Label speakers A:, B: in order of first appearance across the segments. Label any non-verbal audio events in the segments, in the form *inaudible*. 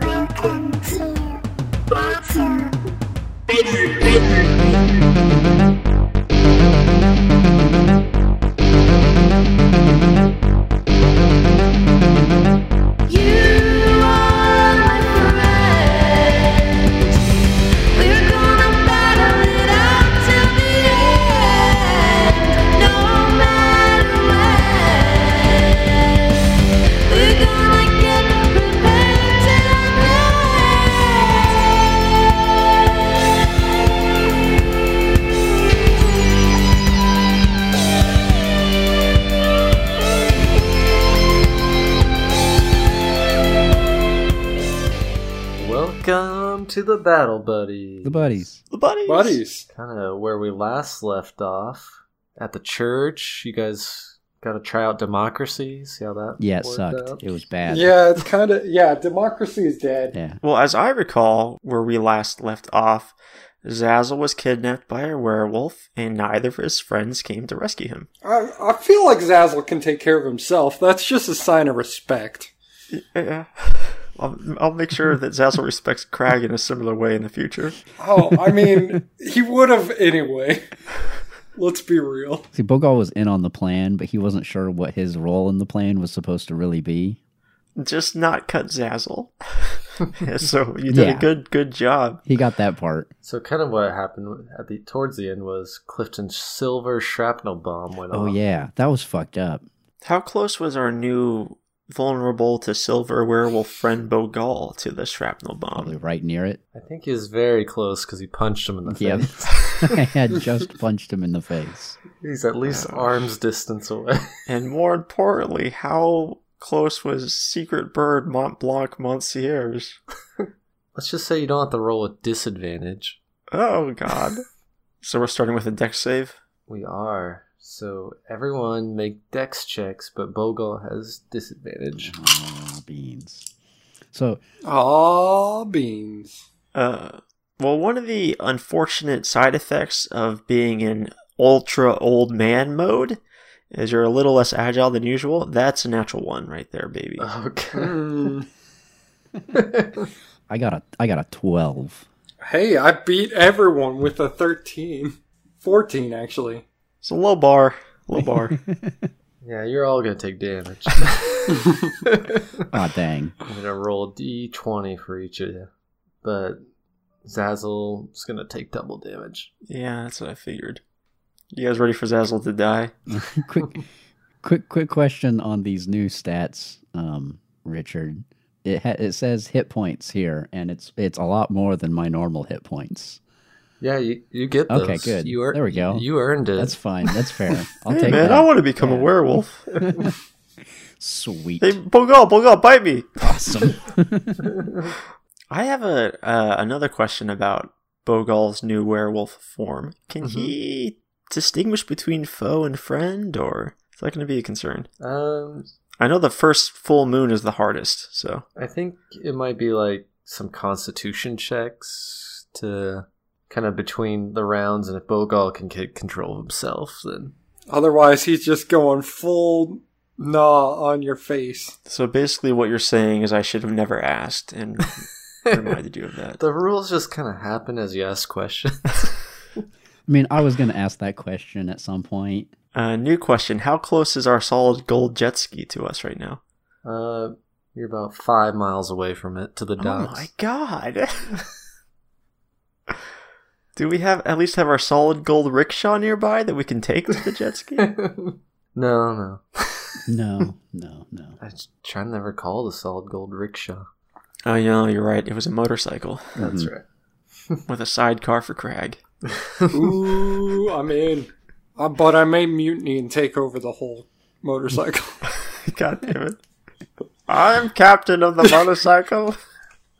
A: Welcome to Bachelor Basement.
B: You are my friend. We're gonna battle it out till the end, no matter when. We're gonna get prepared till
C: Welcome to the Battle Buddies.
D: The *laughs* buddies.
E: The buddies.
F: Buddies.
C: Kind of where we last left off at the church. You guys got to try out democracy. See how that
D: Yeah, it
C: worked
D: sucked.
C: out?
D: It was bad.
F: Yeah, it's kind of yeah. Democracy is dead.
D: Yeah.
E: Well, as I recall, where we last left off, Zazzle was kidnapped by a werewolf, and neither of his friends came to rescue him.
F: I, I feel like Zazzle can take care of himself. That's just a sign of respect.
E: Yeah. *laughs* I'll, I'll make sure that Zazzle respects Crag in a similar way in the future.
F: Oh, I mean, *laughs* he would have anyway. *laughs* Let's be real.
D: See, Bogal was in on the plan, but he wasn't sure what his role in the plan was supposed to really be.
E: Just not cut Zazzle. *laughs* so you did
D: Yeah.
E: a good, good job.
D: He got that *laughs* part.
C: So kind of what happened at the towards the end was Clifton's silver shrapnel bomb went
D: Oh
C: off.
D: yeah, that was fucked up.
E: How close was our new vulnerable to silver werewolf friend Bogal to the shrapnel
D: Probably
E: bomb?
D: right near *laughs* it.
C: I think he was very close because he punched him in the
D: Yep.
C: face. *laughs*
D: I had just punched him in the face.
C: He's at least
D: *laughs*
E: Wow.
C: arms distance away.
E: And more importantly, how close was Secret Bird Mont Blanc Concierge?
C: Let's just say you don't have to roll with disadvantage.
E: Oh god. so we're starting with a deck save.
C: We are. So everyone make dex checks, but Bogle has disadvantage.
D: Aw, beans. So
F: Ah, beans.
E: Uh well, one of the unfortunate side effects of being in ultra old man mode is you're a little less agile than usual. That's a natural one right there, baby.
D: *laughs*
C: Okay.
F: Hmm.
D: I got a I got a twelve.
F: Hey, I beat everyone with a 13. 14, *laughs* actually.
E: It's a low bar.
D: *laughs*
E: Low bar.
C: yeah, you're all gonna take damage.
D: Ah *laughs* dang.
C: I'm gonna roll d d20 for each of you, but Zazzle's gonna take double damage.
E: yeah, that's what I figured. You guys ready for Zazzle to die?
D: quick quick quick question on these new stats, um, Richard. It ha- it says hit points here, and it's it's a lot more than my normal hit points.
C: Yeah, you, you get those.
D: Okay, good.
C: You ear-
D: There we go.
C: You earned it. *laughs*
D: That's fine. That's fair. I'll
E: Hey,
D: take
E: man,
D: that.
E: I want to become
D: Yeah.
E: a werewolf.
D: *laughs* Sweet.
E: hey, Bogal, Bogal, bite me.
D: awesome.
E: I have a uh, another question about Bogal's new werewolf form. Can he distinguish between foe and friend, or is that going to be a concern?
C: um,
E: I know the first full moon is the hardest, so
C: I think it might be like some Constitution checks to kind of between the rounds, and if Bogal can get control of himself, then
F: Otherwise, he's just going full gnaw on your face.
E: so basically what you're saying is I should have never asked and reminded you of that.
C: the rules just kind of happen as you ask questions. *laughs*
D: I mean, I was going to ask that question at some point.
E: Uh, new question: How close is our solid gold jet ski to us right now?
C: uh, you're about five miles away from it to the docks.
E: Oh my god! *laughs* Do we have at least have our solid gold rickshaw nearby that we can take to the jet ski?
C: No, no.
D: No, no, no.
C: I was trying to recall the solid gold rickshaw.
E: Oh, yeah, you're right. It was a motorcycle
C: That's
D: Mhm.
C: right.
E: with a sidecar for Crag.
F: Ooh, I'm in. Uh, but I may mutiny and take over the whole motorcycle.
E: *laughs* God damn it. I'm captain of the motorcycle.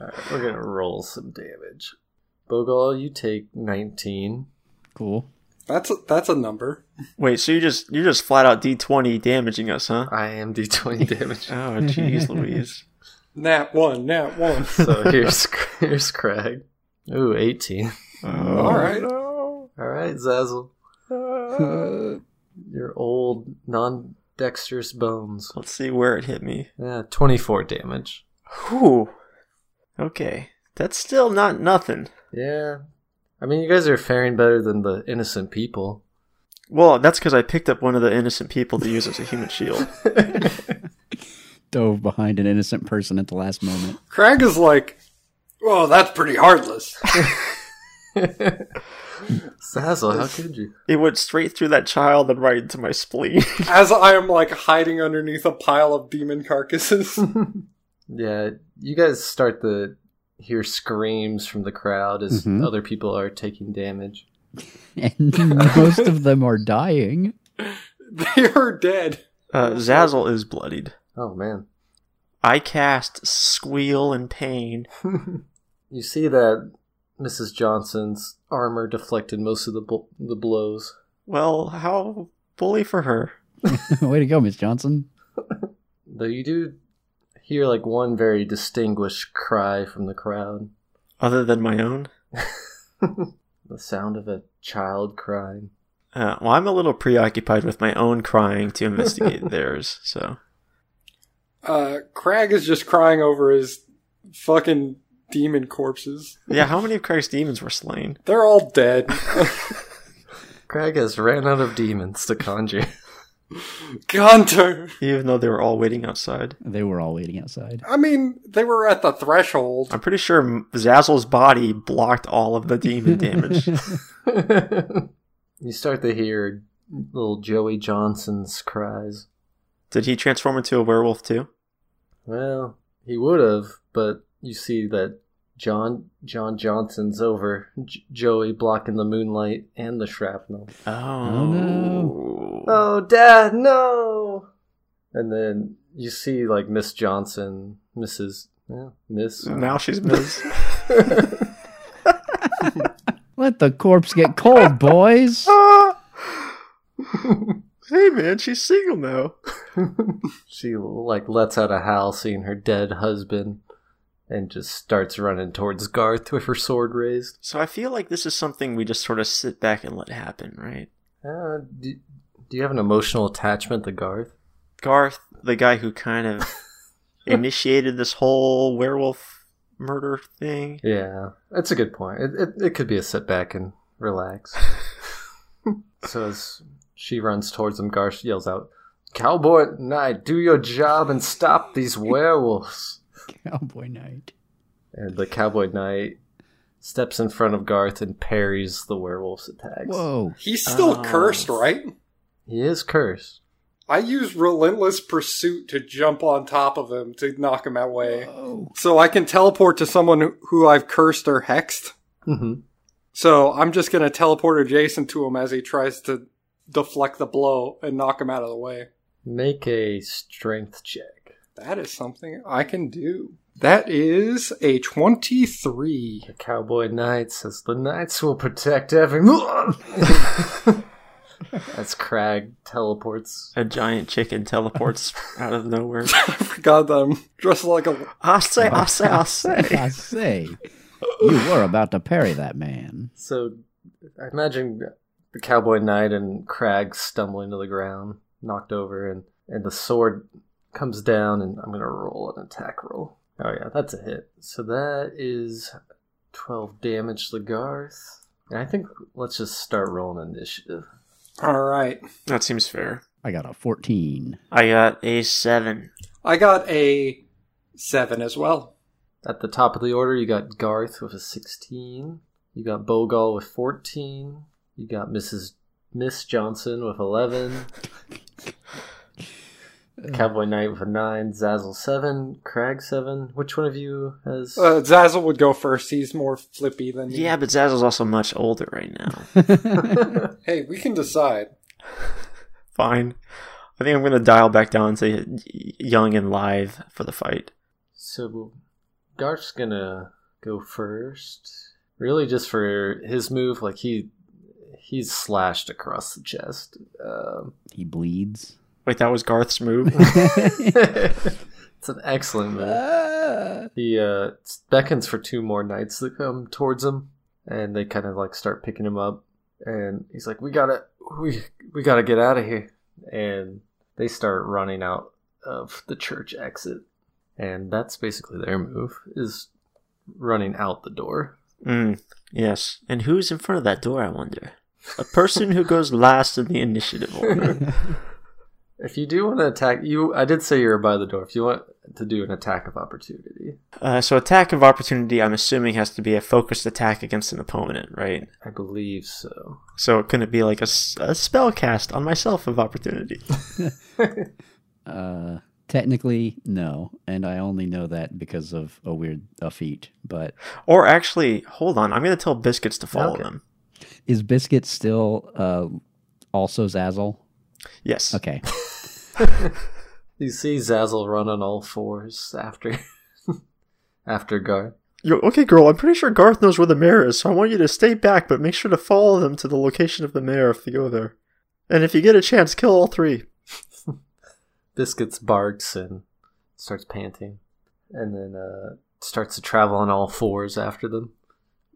C: Alright, we're gonna roll some damage. Bogal, you take 19.
E: *laughs*
D: Cool.
F: That's a, that's a number.
E: *laughs* Wait, so you just you're just flat out D20 damaging us, huh?
C: I am *laughs* d20 damage.
E: Oh, *laughs* jeez, Louise.
F: Nat one, nat
C: *laughs*
F: one. *laughs*
C: so here's here's Craig. Ooh, 18.
E: Oh,
F: All right.
E: no.
C: Alright, Zazzle.
F: Uh,
C: Your old non dexterous bones.
E: Let's see where it hit me.
C: Yeah, 24 damage.
E: Whew. Okay. That's still not nothing.
C: Yeah. I mean, you guys are faring better than the innocent people. *laughs*
E: Well, that's because I picked up one of the innocent people to use as a human *laughs* shield.
D: Dove behind an innocent person at the last moment.
F: Craig is like, well, that's pretty heartless.
C: Zazzle, how could you?
E: It went straight through that child and right into my *laughs* spleen.
F: As I am like hiding underneath a pile of demon carcasses. *laughs*
C: *laughs* Yeah, you guys start to hear screams from the crowd as
D: Mhm.
C: other people are taking damage.
D: And most of them are dying. *laughs*
F: they are dead.
E: Uh, Zazzle is bloodied.
C: Oh man. *laughs*
E: I cast Squeal in Pain.
C: You see that Mrs. Johnson's armor deflected most of the bl- the blows.
E: Well, how bully for her.
D: Way to go, Miss Johnson.
C: Though you do hear like one very distinguished cry from the crowd.
E: Other than my own?
C: The sound of a child crying.
E: Uh, well, I'm a little preoccupied with my own crying to investigate theirs, so.
F: Uh, Craig is just crying over his fucking demon corpses.
E: Yeah, how many of Craig's demons were slain?
F: They're all dead. *laughs*
C: Craig has ran out of demons to conjure. *laughs*
F: Gunter.
E: Even though they were all waiting outside.
D: They were all waiting outside.
F: I mean, they were at the threshold.
E: I'm pretty sure Zazzle's body blocked all of the demon damage.
D: *laughs*
C: you start to hear little Joey Johnson's cries.
E: Did he transform into a werewolf too?
C: Well, he would have, but you see that John John Johnson's over J- Joey blocking the moonlight and the shrapnel.
E: Oh,
D: no.
C: Oh, Dad, no! And then you see like Miss Johnson, Mrs. Yeah, Miss.
E: Now
C: *laughs*
E: she's Miz.
D: Let the corpse get cold, boys.
E: Oh. *laughs* hey man, she's single now.
C: She like lets out a howl, seeing her dead husband, and just starts running towards Garth with her sword raised.
E: So I feel like this is something we just sort of sit back and let happen, right?
C: Uh, do, do you have an emotional attachment to Garth?
E: Garth, the guy who kind of *laughs* initiated this whole werewolf murder thing.
C: Yeah, that's a good point. It, it, it could be a setback and relax. so as she runs towards him, Garth yells out, Cowboy Knight, do your job and stop these werewolves.
D: Cowboy night.
C: And the Cowboy Knight steps in front of Garth and parries the werewolf's attacks.
D: Whoa.
F: He's still
E: Oh.
F: cursed, right?
C: He is cursed.
F: I use relentless pursuit to jump on top of him to knock him away.
D: Whoa.
F: So I can teleport to someone who- who I've cursed or hexed.
C: Mm-hmm.
F: So I'm just going to teleport adjacent to him as he tries to deflect the blow and knock him out of the way.
C: Make a strength check.
F: That is something I can do. That is a 23.
C: The Cowboy Knight says, The Knights will protect every. As Crag teleports.
E: A giant chicken *laughs* teleports out of
F: *laughs*
E: nowhere.
F: I forgot that I'm dressed like a.
E: I say, I say, *laughs* I say.
D: I say, you were about to parry that man.
C: So I imagine the Cowboy Knight and Crag stumbling to the ground, knocked over, and, and the sword comes down, and I'm going to roll an attack roll. Oh, yeah, that's a hit. So that is 12 damage to Garth. And I think let's just start rolling initiative.
F: All right.
E: That seems fair.
D: I got a 14.
E: I got a seven.
F: I got a 7 as well.
C: At the top of the order, you got Garth with a 16. You got Bogal with 14. You got Mrs. Miss Johnson with 11. Cowboy Knight with a 9. Zazzle 7. Crag 7. Which one of you has.
F: Uh, Zazzle would go first. He's more flippy than me.
E: Yeah, but Zazzle's also much older right now.
F: Hey, we can decide.
E: Fine. I think I'm gonna dial back down to y- young and live for the fight.
C: *laughs* So Garth's gonna go first. Really, just for his move, like he. He's slashed across the chest. Um, *laughs*
D: He bleeds.
E: Wait, that was Garth's move. *laughs*
C: it's an excellent move. He uh, beckons for two more knights that come towards him, and they kind of like start picking him up. And he's like, "We gotta, we we gotta get out of here." And they start running out of the church exit, and that's basically their move. Is running out the door.
E: Mm, yes. And who's in front of that door, I wonder? A person who goes last in the initiative order.
C: If you do want to attack, you I did say you were by the door. If you want to do an attack of opportunity,
E: uh, so, attack of opportunity, I'm assuming, has to be a focused attack against an opponent, right?
C: I believe so.
E: So, it couldn't be like a, s- a spell cast on myself of opportunity.
D: Uh, technically, no, and I only know that because of a weird a feat. But
E: Or actually, hold on, I'm going to tell Biscuits to follow
C: Okay.
E: them.
D: is Biscuit still uh, also Zazzle?
E: Yes.
D: Okay,
C: You see Zazzle run on all fours after *laughs* after Gar.
E: Yo, okay, girl, I'm pretty sure Garth knows where the mayor is, so I want you to stay back, but make sure to follow them to the location of the mayor if they go there. And if you get a chance, kill all three.
C: Biscuits barks and starts panting, and then uh, starts to travel on all fours after them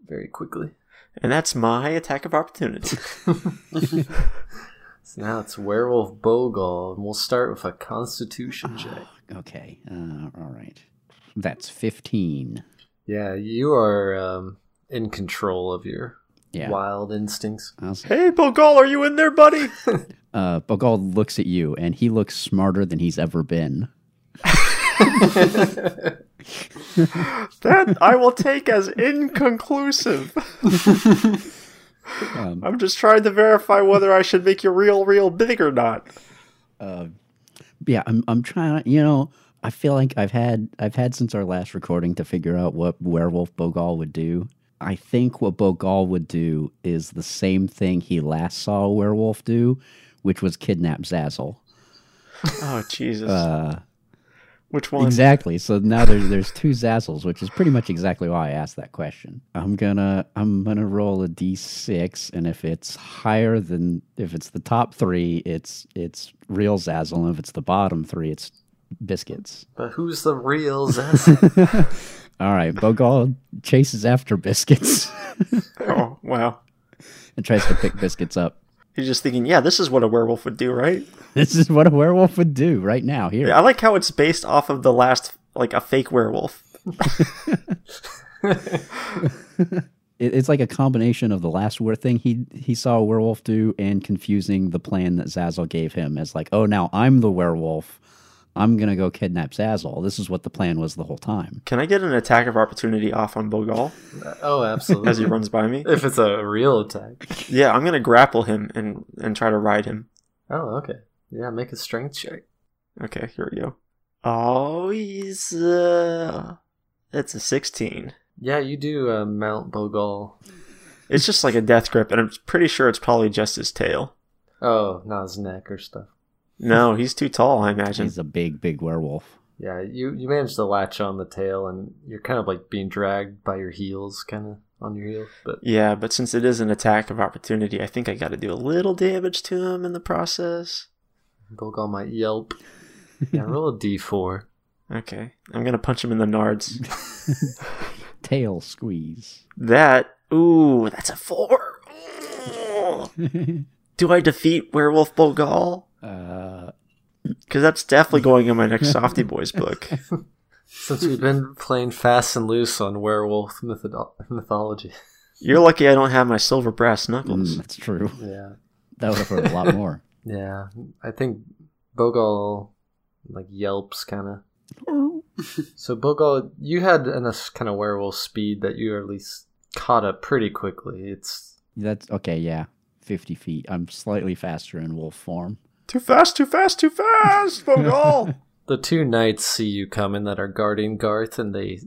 C: very quickly. *laughs*
E: And that's my attack of opportunity.
C: So now it's Werewolf Bogle, and we'll start with a
D: Ah.
C: Constitution check.
D: okay, uh, all right. That's fifteen.
C: Yeah, you are um, in control of your
D: Yeah.
C: wild instincts.
D: I was-
E: hey, Bogal, are you in there, buddy?
D: Uh, Bogald looks at you, and he looks smarter than he's ever been.
E: That I will take as inconclusive.
D: *laughs* Um,
E: I'm just trying to verify whether I should make your real, real big or not.
D: yeah, I'm. I'm trying. You know, I feel like I've had I've had since our last recording to figure out what werewolf Bogal would do. I think what Bogal would do is the same thing he last saw a werewolf do, which was kidnap Zazzle. *laughs*
E: Oh, Jesus.
D: Uh,
E: Which one?
D: exactly. So now there's there's two Zazzles, which is pretty much exactly why I asked that question. I'm gonna I'm gonna roll a d6, and if it's higher than if it's the top three, it's it's real Zazzle, and if it's the bottom three, it's biscuits.
C: But who's the real Zazzle?
D: *laughs* All right, Bogal chases after biscuits *laughs*
E: Oh, wow.
D: and tries to pick biscuits up.
E: You're just thinking, yeah, this is what a werewolf would do, right?
D: This is what a werewolf would do right now. Here,
E: Yeah, I like how it's based off of the last, like a fake werewolf.
D: it, it's like a combination of the last word thing he he saw a werewolf do and confusing the plan that Zazzle gave him as like, oh, now I'm the werewolf. I'm gonna go kidnap Zazzle. This is what the plan was the whole time.
E: Can I get an attack of opportunity off on Bogal
C: oh,
E: as he
C: absolutely.
E: runs
D: *laughs*
E: by me?
C: if it's a real attack.
E: Yeah, I'm gonna grapple him and and try to ride him.
C: Oh, okay. Yeah, make a strength check.
E: Okay, here we go. Oh, he's uh, that's a 16.
C: Yeah, you do uh, Mount Bogal.
E: It's just like a death grip, and I'm pretty sure it's probably just his tail.
C: Oh, not his neck or stuff.
D: *laughs*
E: No, he's too tall. I imagine.
D: He's a big, big werewolf.
C: Yeah, you you manage to latch on the tail, and you're kind of like being dragged by your heels, kind of on your heels. But
E: Yeah, but since it is an attack of opportunity, I think I got to do a little damage to him in the process.
C: Bogal might yelp. Yeah, roll a d4.
E: Okay, I'm gonna punch him in the nards.
D: *laughs* Tail squeeze.
E: That ooh, that's a four. Ooh. Do I defeat Werewolf Bogal?
D: Uh,
E: Because that's definitely going in my next Softy Boys
D: *laughs*
E: book.
C: Since we've been playing fast and loose on werewolf mytho- mythology,
E: You're lucky I don't have my silver brass knuckles.
D: mm, that's true.
C: yeah,
D: That would have hurt a lot more.
C: yeah, I think Bogal like yelps kind of So Bogal, you had enough kind of werewolf speed that you at least caught up pretty quickly. It's
D: That's okay. Yeah, fifty feet. I'm slightly faster in wolf form.
E: Too fast, too fast, too fast, Bogal!
C: the two knights see you coming that are guarding Garth, and they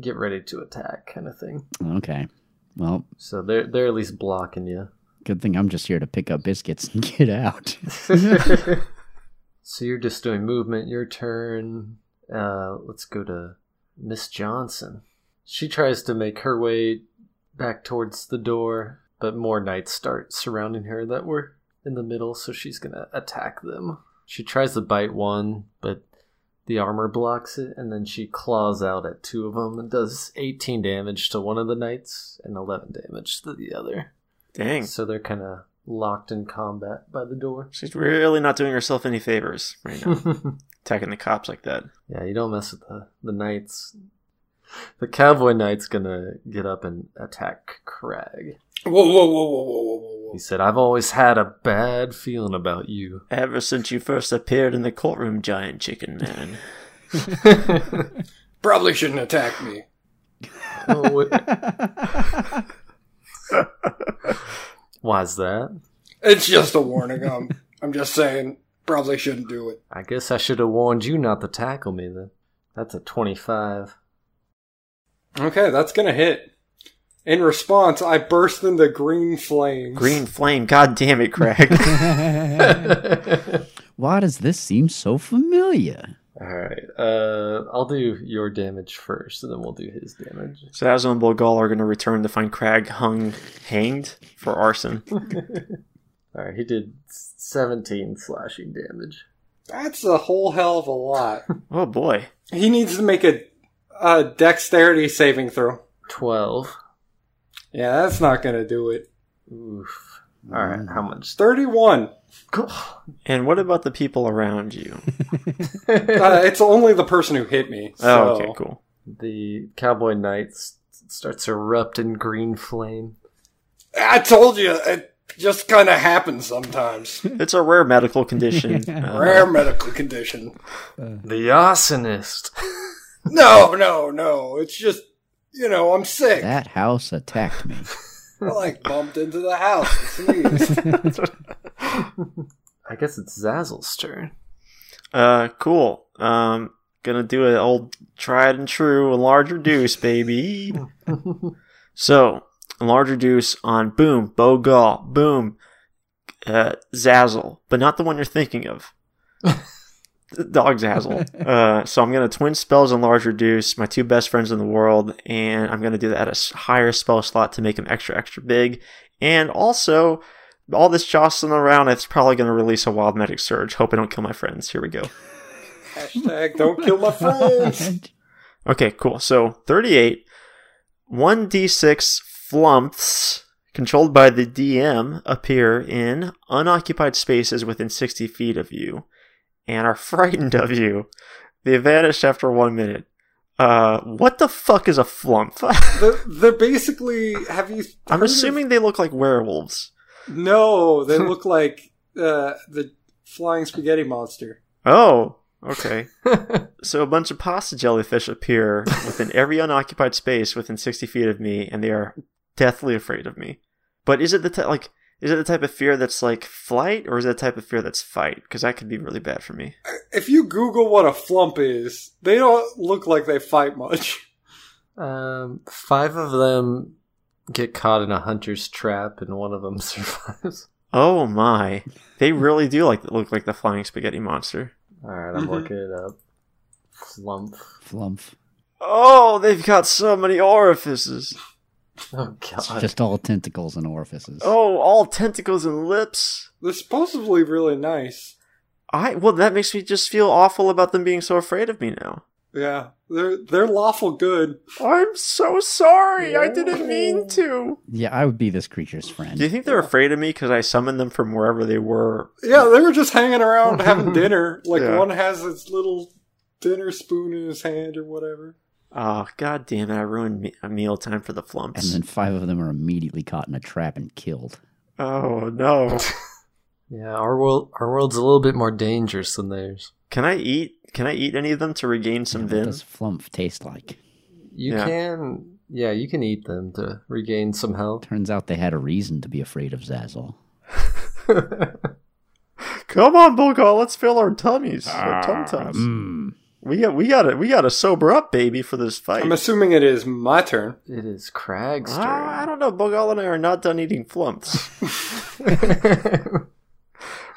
C: get ready to attack, kind of thing.
D: Okay. Well,
C: So they're they're at least blocking you.
D: good thing I'm just here to pick up biscuits and *laughs* get out.
C: *laughs* So you're just doing movement. Your turn. Uh, let's go to Miss Johnson. She tries to make her way back towards the door, but more knights start surrounding her that were in the middle, so she's gonna attack them. She tries to bite one, but the armor blocks it, and then she claws out at two of them and does 18 damage to one of the knights and 11 damage to the other.
E: Dang,
C: So they're kind of locked in combat by the door.
E: she's really not doing herself
D: *laughs*
E: any favors right now, attacking the cops like that.
C: Yeah, you don't mess with the, the knights. The cowboy knight's gonna get up and attack Crag.
F: Whoa, whoa, whoa, whoa, whoa, whoa, whoa,
C: He said, I've always had a bad feeling about you.
E: Ever since you first appeared in the courtroom, giant chicken man.
F: Probably shouldn't attack me.
C: Oh, wait. *laughs* Why's that?
F: It's just a warning. Um, *laughs* I'm just saying, probably shouldn't do it.
C: I guess I should have warned you not to tackle me then. That's a 25.
F: Okay, that's gonna hit. In response, I burst into green flames.
E: Green flame, god damn
F: *laughs*
E: it, Craig.
D: Why does this seem so familiar?
C: *laughs* Alright, uh, I'll do your damage first, and then we'll do his damage.
E: so Azul and Bogal are going to return to find Crag hung, hanged for arson.
C: Alright, he did 17 slashing damage.
F: That's a whole hell of a lot. *laughs*
E: Oh boy.
F: he needs to make a, a dexterity saving throw.
C: 12.
F: Yeah, that's not gonna do it.
C: Oof. Alright, how much?
E: *laughs*
F: 31.
E: And what about the people around you?
F: Uh, it's only the person who hit me.
E: Oh,
F: *laughs* so-
E: okay, cool.
C: The cowboy knight s- starts to erupt in green flame.
F: I told you, it just kind of happens
E: *laughs*
F: sometimes.
E: It's a rare
F: *laughs*
E: medical condition. Uh,
F: Rare medical condition.
C: The arsonist!
F: No, no, no. It's just, you know, I'm sick.
D: That house attacked me.
F: I like bumped into the house and sneezed.
E: *laughs*
C: I guess it's Zazzle's turn. *laughs*
E: Uh, cool. Um, gonna do an old tried and true, a larger deuce, baby. so, a larger deuce on boom, Bogal, boom, uh, Zazzle, but not the one you're thinking of. Dog Zazzle. Uh, so I'm gonna twin spells on larger deuce, my two best friends in the world, and I'm gonna do that at a s- higher spell slot to make him extra, extra big. And also, all this jostling around, it's probably gonna release a wild magic surge. Hope I don't kill my friends. Here we go.
F: Hashtag *laughs* don't kill my friends.
D: *laughs*
E: Okay, cool. So 38, 1d6 flumps controlled by the DM appear in unoccupied spaces within 60 feet of you and are *laughs* frightened of you. They vanish after one minute. Uh, what the fuck is a flump? *laughs*
F: They're, they're basically. Have you?
E: I'm
F: heard of-
E: assuming they look like werewolves.
F: No, they look like uh, the flying spaghetti monster.
E: Oh, okay. so a bunch of pasta jellyfish appear within every *laughs* unoccupied space within 60 feet of me, and they are deathly afraid of me. But is it the type like is it the type of fear that's like flight, or is it the type of fear that's fight? Because that could be really bad for me.
F: If you Google what a flump is, they don't look like they fight much.
C: Um, five of them get caught in a hunter's trap, and one of them *laughs* survives.
E: Oh my! They really do like look like the flying spaghetti monster.
C: All right, I'm
F: Mhm.
C: looking it up. Flump.
D: Flumph.
E: Oh, they've got so many orifices.
C: Oh
D: It's
C: god.
D: just all tentacles and orifices.
E: Oh, all tentacles and lips.
F: They're supposedly really nice.
E: I well, that makes me just feel awful about them being so afraid of me now.
F: Yeah, they're they're lawful good.
E: I'm so sorry. I didn't mean to.
D: Yeah, I would be this creature's friend.
E: Do you think they're afraid of me because I summoned them from wherever they were?
F: Yeah, they were just hanging around
E: *laughs*
F: having dinner. Like
E: Yeah.
F: one has its little dinner spoon in his hand or whatever.
E: Oh, god damn it. I ruined me- a meal time for the
D: And
E: flumps.
D: then five of them are immediately caught in a trap and killed.
E: oh, no.
C: yeah, our world, our world's a little bit more dangerous than theirs.
E: Can I eat? Can I eat any of them to regain some
D: Yeah,
E: vim?
D: what does flumph taste like?
C: You
E: Yeah.
C: can, yeah, you can eat them to regain some health. *laughs*
D: Turns out they had a reason to be afraid of Zazzle.
E: *laughs* Come on, Bulgar. Let's fill our tummies. our tum tums.
D: Mm.
E: We got. We got to We got to sober up, baby, for this fight.
F: I'm assuming it is my turn.
C: It is Crag's turn.
E: Ah, I don't know. Bogal and I are not done eating flumps.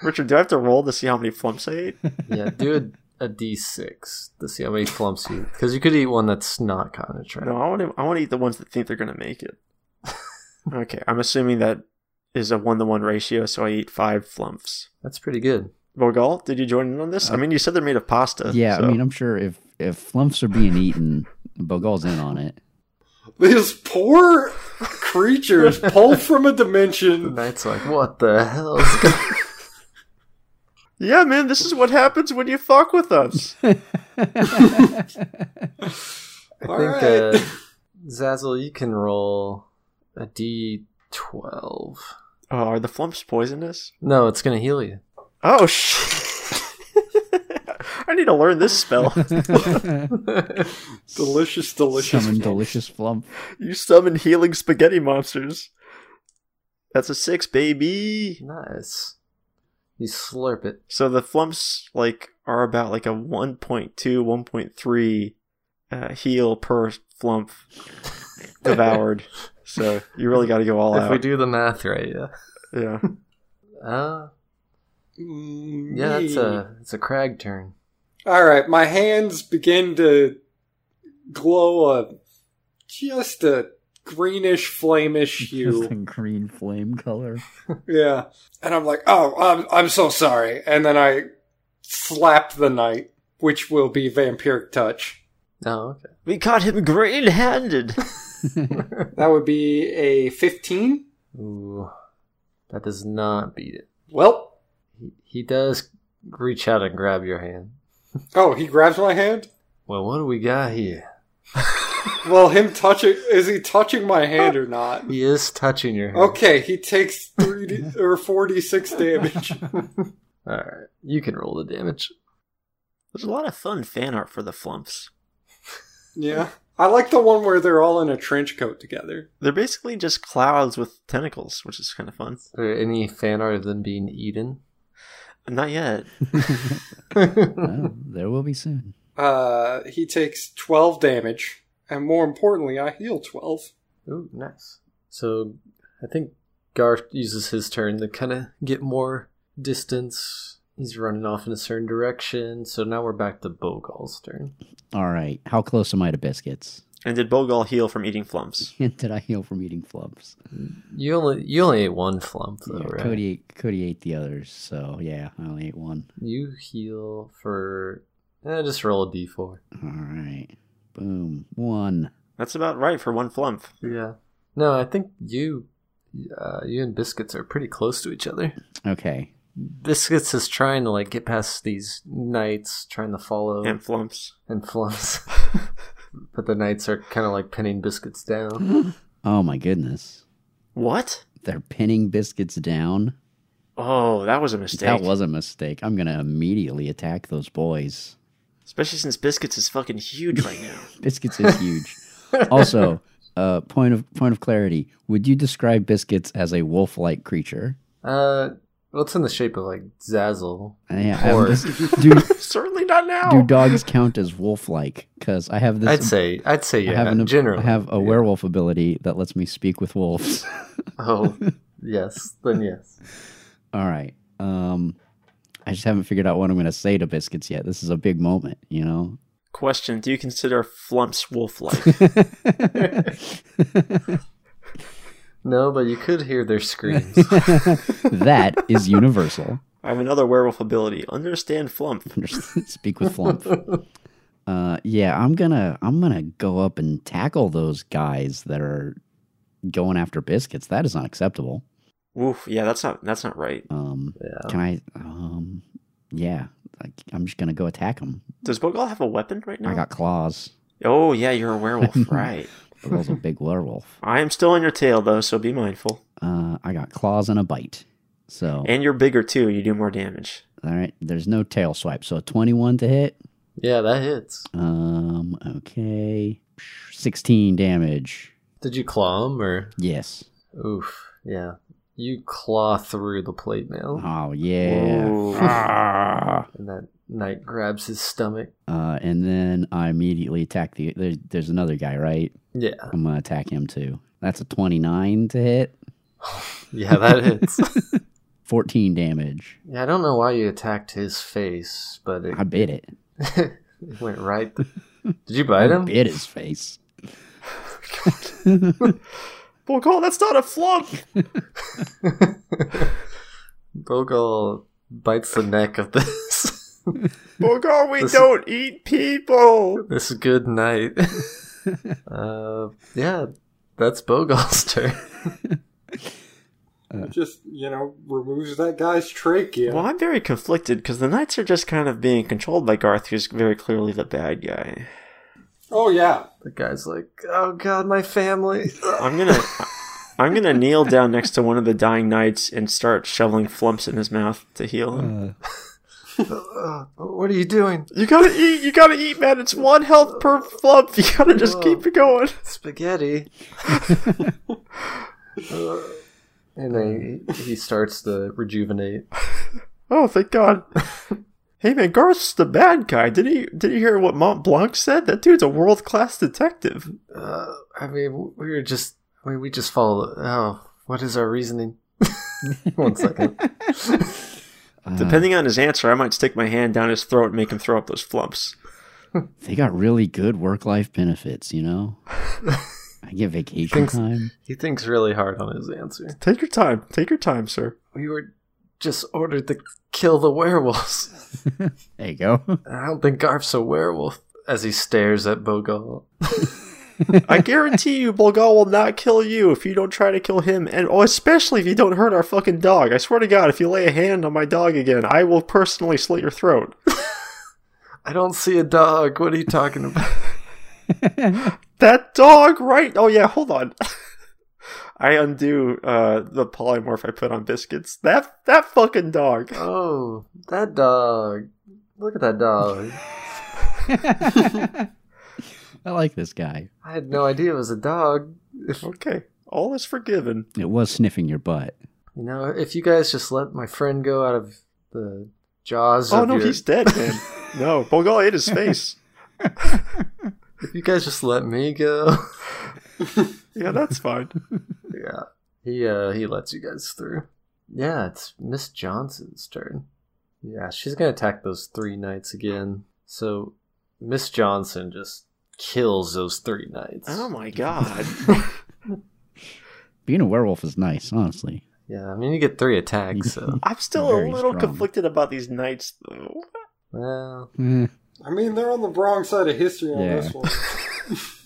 E: Richard, do I have to roll to see how many flumps I ate?
C: yeah, do a, a d6 to see how many flumps you Because you could eat one that's not caught in a trap.
E: No, I want to. I want to eat the ones that think they're gonna make it. okay, I'm assuming that is a one to one ratio, so I eat five flumps.
C: That's pretty good.
E: Bogal, did you join in on this? I mean, you said they're made of pasta.
D: Yeah,
E: so-
D: I mean, I'm sure if if flumphs are being eaten, Bogal's in on *laughs* it.
F: These poor creatures pulled from a
C: The
F: dimension.
C: knight's like, what the hell is *laughs* going
E: yeah, man, Oh, this is what happens when you fuck with us.
C: I
F: All
C: think
F: right.
C: uh, Zazzle, you can roll a d12.
E: Oh, are the flumps poisonous?
C: No, it's gonna heal *laughs* you.
E: Oh shit! *laughs* I need to learn this spell.
F: delicious, delicious.
D: Summon delicious flump.
E: you summon healing spaghetti monsters. That's a six, baby.
C: nice. You slurp it.
E: So the flumps like are about like a 1.2, 1.3 uh, heal per flump devoured. So you really got to go all
C: if
E: out.
C: we do the math right, yeah.
E: yeah.
C: Uh,
F: Mm,
C: yeah, that's uh,
F: yeah.
C: a it's a crag turn.
F: All right, my hands begin to glow a just a greenish
C: *laughs*
F: flamish
D: Just
F: hue.
D: in green flame color.
F: yeah, and I'm like, oh, I'm I'm so sorry. And then I slap the knight, which will be vampiric touch.
C: Oh, okay.
E: We caught him green-handed.
F: That would be a fifteen.
C: Ooh, that does not beat it.
F: Well,
C: He, he does reach out and grab your hand.
F: oh, he grabs my hand.
C: Well, what do we got here?
F: Well, him touching is he touching my hand or not?
C: He is touching your hand.
F: Okay, he takes three d- or four d six damage.
C: All right, you can roll the damage.
E: There's a lot of fun fan art for the flumps.
F: Yeah, I like the one where they're all in a trench coat together.
E: They're basically just clouds with tentacles, which is kind of fun.
C: Is there any fan art of them being
D: *laughs*
C: eaten? *laughs*
E: Not yet.
D: Oh, there will be soon.
F: Uh, he takes twelve damage, and more importantly, I heal twelve.
C: Ooh, nice. So I think Garth uses his turn to kind of get more distance. He's running off in a certain direction. So now we're back to Bogal's turn.
D: All right. How close am I to biscuits? *laughs*
E: And did Bogal heal from eating flumps?
D: And did I heal from eating flumps?
C: You only you only ate one flump though,
D: Yeah,
C: right?
D: Cody ate, Cody ate the others, so yeah, I only ate one.
C: You heal for eh, just roll a d4.
D: All right. Boom. One.
E: That's about right for one flump.
C: Yeah. No, I think you uh, you and Biscuits are pretty close to each other.
D: Okay.
C: Biscuits is trying to like get past these knights, trying to follow
D: Uh-huh.
E: And flumps.
C: and flumps. but the knights are kind of like pinning biscuits down.
D: Oh my goodness.
E: What?
D: They're pinning biscuits down.
E: Oh, that was a mistake.
D: That was a mistake. I'm gonna immediately attack those boys.
E: Especially since biscuits is fucking huge right now.
D: *laughs* Biscuits is huge.
C: *laughs*
D: also, uh, point of point of clarity: Would you describe biscuits as a wolf-like creature?
C: Uh, well, it's in the shape of like Zazzle.
D: Uh, yeah, I have
C: Or-
D: this- do
C: *laughs*
E: Certainly not now.
D: do dogs count as wolf-like? Because I have this.
C: I'd say, I'd say,
D: I
C: yeah.
D: have an,
C: generally,
D: I have a werewolf ability that lets me speak with wolves.
C: *laughs*
D: *laughs*
C: Oh, yes. Then yes.
D: All right. Um, I just haven't figured out what I'm going to say to biscuits yet. This is a big moment,
C: *laughs*
D: you know. *laughs*
E: Question Do you consider flumps wolf like?
C: No, but you could hear their
D: *laughs*
C: screams.
D: That is universal.
E: I have another werewolf ability. Understand flump.
D: *laughs* speak with flump. Uh, yeah, I'm gonna I'm gonna go up and tackle those guys that are going after biscuits. That is not acceptable.
E: Woof. Yeah, that's not that's not right.
D: Um,
C: yeah.
D: can I? Um, yeah, I, I'm just gonna go attack them.
E: Does Bogal have a weapon right now?
D: I got claws.
E: oh, yeah, you're a werewolf.
D: *laughs*
E: right.
D: Bogal's a big werewolf.
E: I am still on your tail, though, so be mindful.
D: Uh, I got claws and a bite. So
E: And you're bigger, too. You do more damage.
D: all right, there's no tail swipe. So a 21 to hit.
C: Yeah, that hits.
D: Um, okay, 16 damage.
C: Did you claw him or?
D: Yes.
C: Oof. Yeah. You claw through the plate mail,
D: Oh yeah.
E: Ooh.
D: Ah.
C: and that knight grabs his stomach.
D: Uh, and then I immediately attack the. There, there's another guy, right?
C: Yeah.
D: I'm gonna attack him too. That's a 29 to hit,
C: Yeah, that hits.
D: 14 damage.
C: *laughs* yeah, I don't know why you attacked his face, but it
D: I bit it.
C: *laughs* It went right. th- Did you bite him?
D: Bit
C: *laughs*
D: his face.
E: Bogal, that's not a flump.
C: Bogle bites the neck of this *laughs*
E: Bogal, we
C: This-
E: don't eat people.
C: this good knight. *laughs* uh, yeah, that's Bogle's *laughs* turn.
F: It just you know removes that guy's trachea.
E: Well, I'm very conflicted because the knights are just kind of being controlled by Garth, who's very clearly the bad guy.
F: Oh yeah.
C: The guy's like, "Oh God, my family."
E: I'm gonna I'm gonna kneel down next to one of the dying knights and start shoveling flumps in his mouth to heal him.
D: Uh,
C: Uh, what are you doing?
E: You gotta eat. You gotta eat, man. It's one health per flump. *laughs* You gotta just keep it going.
C: *laughs* Spaghetti. Uh, and then he, he starts to rejuvenate.
E: Oh, thank God. hey, man, Garth's the bad guy. Did he? Did he hear what Mont Blanc said? That dude's a world class detective.
C: Uh, I mean, we were just, I mean, we just follow. Oh, what is our
E: *laughs*
C: reasoning? One
D: *laughs*
C: second.
D: Uh,
E: Depending on his answer, I might stick my hand down his throat and make him throw up those flumps.
D: they got really good work life benefits,
C: *laughs*
D: you know? I get vacation
C: Thanks.
D: time.
C: He thinks really hard on his answer.
E: Take your time. Take your time, sir.
C: We were just ordered to kill the werewolves.
D: There you go. *laughs*
C: I don't think Garf's a werewolf. As he stares at Bogal.
E: I guarantee you, Bulgal will not kill you if you don't try to kill him, and oh, especially if you don't hurt our fucking dog. I swear to God, if you lay a hand on my dog again, I will personally slit your throat.
C: I don't see a dog. What are you talking about?
E: *laughs* That dog, right? Oh yeah, hold on. *laughs* I undo uh, the polymorph I put on biscuits. That that fucking dog.
C: Oh, that dog. Look at that dog.
D: I like this guy.
C: I had no idea it was a dog. If
E: Okay, all is forgiven.
D: It was sniffing your butt.
C: you know, if you guys just let my friend go out of the jaws
E: Oh
C: of
E: no,
C: your,
E: he's dead, man. *laughs* no, Bulgal ate his face.
C: if you guys just let me
E: *laughs*
C: go,
E: Yeah, that's fine.
C: yeah, he uh he lets you guys through. Yeah, it's Miss Johnson's turn. Yeah, she's gonna attack those three knights again. So Miss Johnson just kills those three knights.
E: *laughs* Oh my god.
D: Being a werewolf is nice, honestly.
C: Yeah, I mean you get three attacks,
E: *laughs*
C: so
E: *laughs* I'm still
D: Very
E: a little
D: strong.
E: conflicted about these knights, though.
C: well,
D: Eh,
F: I mean, they're on the wrong side of history on
D: Yeah.
F: this one.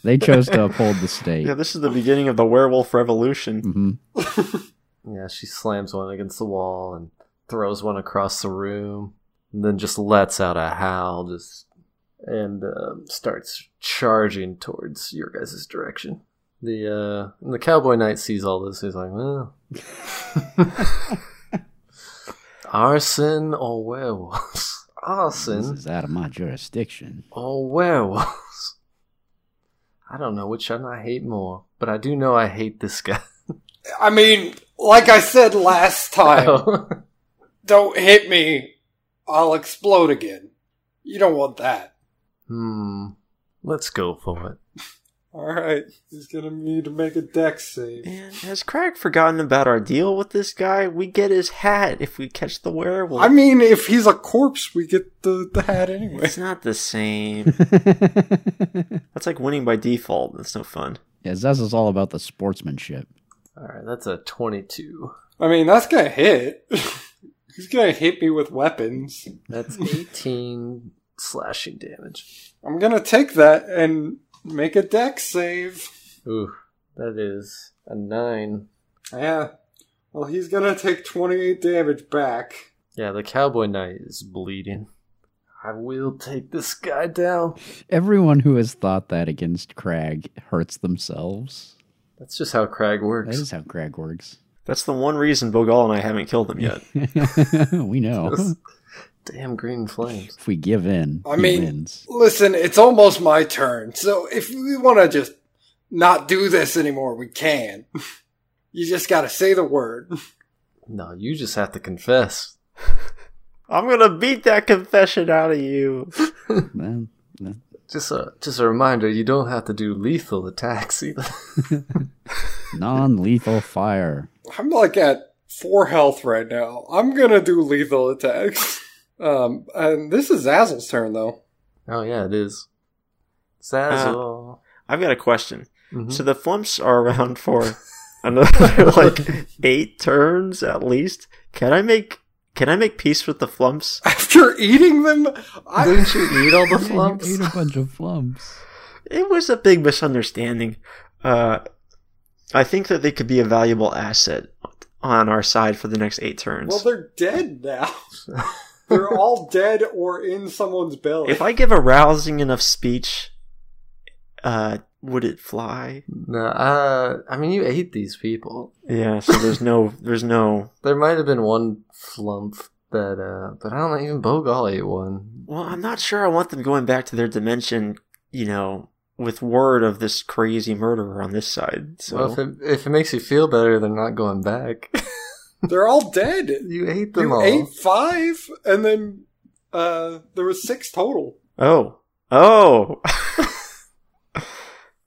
D: they chose to uphold the state.
E: Yeah, this is the beginning of the werewolf revolution.
D: hmm
C: Yeah, she slams one against the wall and throws one across the room, and then just lets out a howl, just and um, starts charging towards your guys' direction. The uh, and the cowboy knight sees all this. He's like,
D: *laughs*
C: well, arson or werewolves?
D: This
C: Arson
D: is out of my
C: *laughs*
D: jurisdiction.
C: or werewolves? I don't know which one I hate more, but I do know I hate this guy.
F: I mean, like I said last time,
C: *laughs*
F: don't hit me. I'll explode again. You don't want that.
C: hmm. Let's go for it.
F: All right, he's gonna need to make a deck save.
E: Man, has Craig forgotten about our deal with this guy? We get his hat if we catch the werewolf.
F: I mean, if he's a corpse, we get the, the hat anyway.
E: it's not the same. That's like winning by default. That's no fun.
D: Yeah, Zez is all about the sportsmanship.
C: All right, that's a 22.
F: I mean, that's gonna hit. *laughs* he's gonna hit me with weapons.
C: That's *laughs* 18 slashing damage.
F: I'm gonna take that and make a deck save.
C: Ooh, that is a 9.
F: Yeah. Well, he's gonna take 28 damage back.
C: Yeah, the cowboy knight is bleeding. I will take this guy down.
D: Everyone who has thought that against Crag hurts themselves.
C: That's just how Crag
D: That
C: works.
D: is how Crag works. *laughs*
E: That's the one reason Bogal and I haven't killed him yet.
D: we know.
C: Damn green flames.
D: If we give in,
F: I
D: he
F: mean-
D: wins.
F: Listen, it's almost my turn, so if we wanna just not do this anymore, we can. *laughs* you just gotta say the word.
C: No, you just have to confess.
E: I'm gonna beat that confession out of you.
D: Well, well,
C: Just a just a reminder, you don't have to do lethal attacks *laughs* either.
D: non-lethal fire.
F: I'm like at four health right now. I'm gonna do lethal *laughs* attacks. Um, and this is Azel's turn though. *laughs*
C: oh yeah, it is. Uh, Zazzle.
E: I've got a question.
C: Mhm.
E: So the flumps are around for *laughs* another *laughs*
C: Mm-hmm. *laughs*
E: like eight turns at least. Can I make can I make peace with the flumps?
F: After eating them, I,
C: Didn't you eat all the
D: Yeah,
C: flumps?
D: you ate a bunch of flumps.
E: It was a big misunderstanding. Uh, I think that they could be a valuable asset on our side for the next eight turns.
F: well, they're dead *laughs* now. they're all dead or in someone's belly.
E: if I give a rousing enough speech Uh, would it fly?
C: No, uh, I mean, you ate these people.
E: Yeah. So there's no. There's no.
C: There might have been one flump that, uh, but I don't know, even Bogal ate one.
E: Well, I'm not sure. I want them going back to their dimension. You know, with word of this crazy murderer on this side. So
C: Well, if it, if it makes you feel better, they're not going back. *laughs*
F: They're all dead.
C: you ate them
F: You
C: all.
F: ate five, and then uh, there was six total.
E: Oh. Oh. *laughs*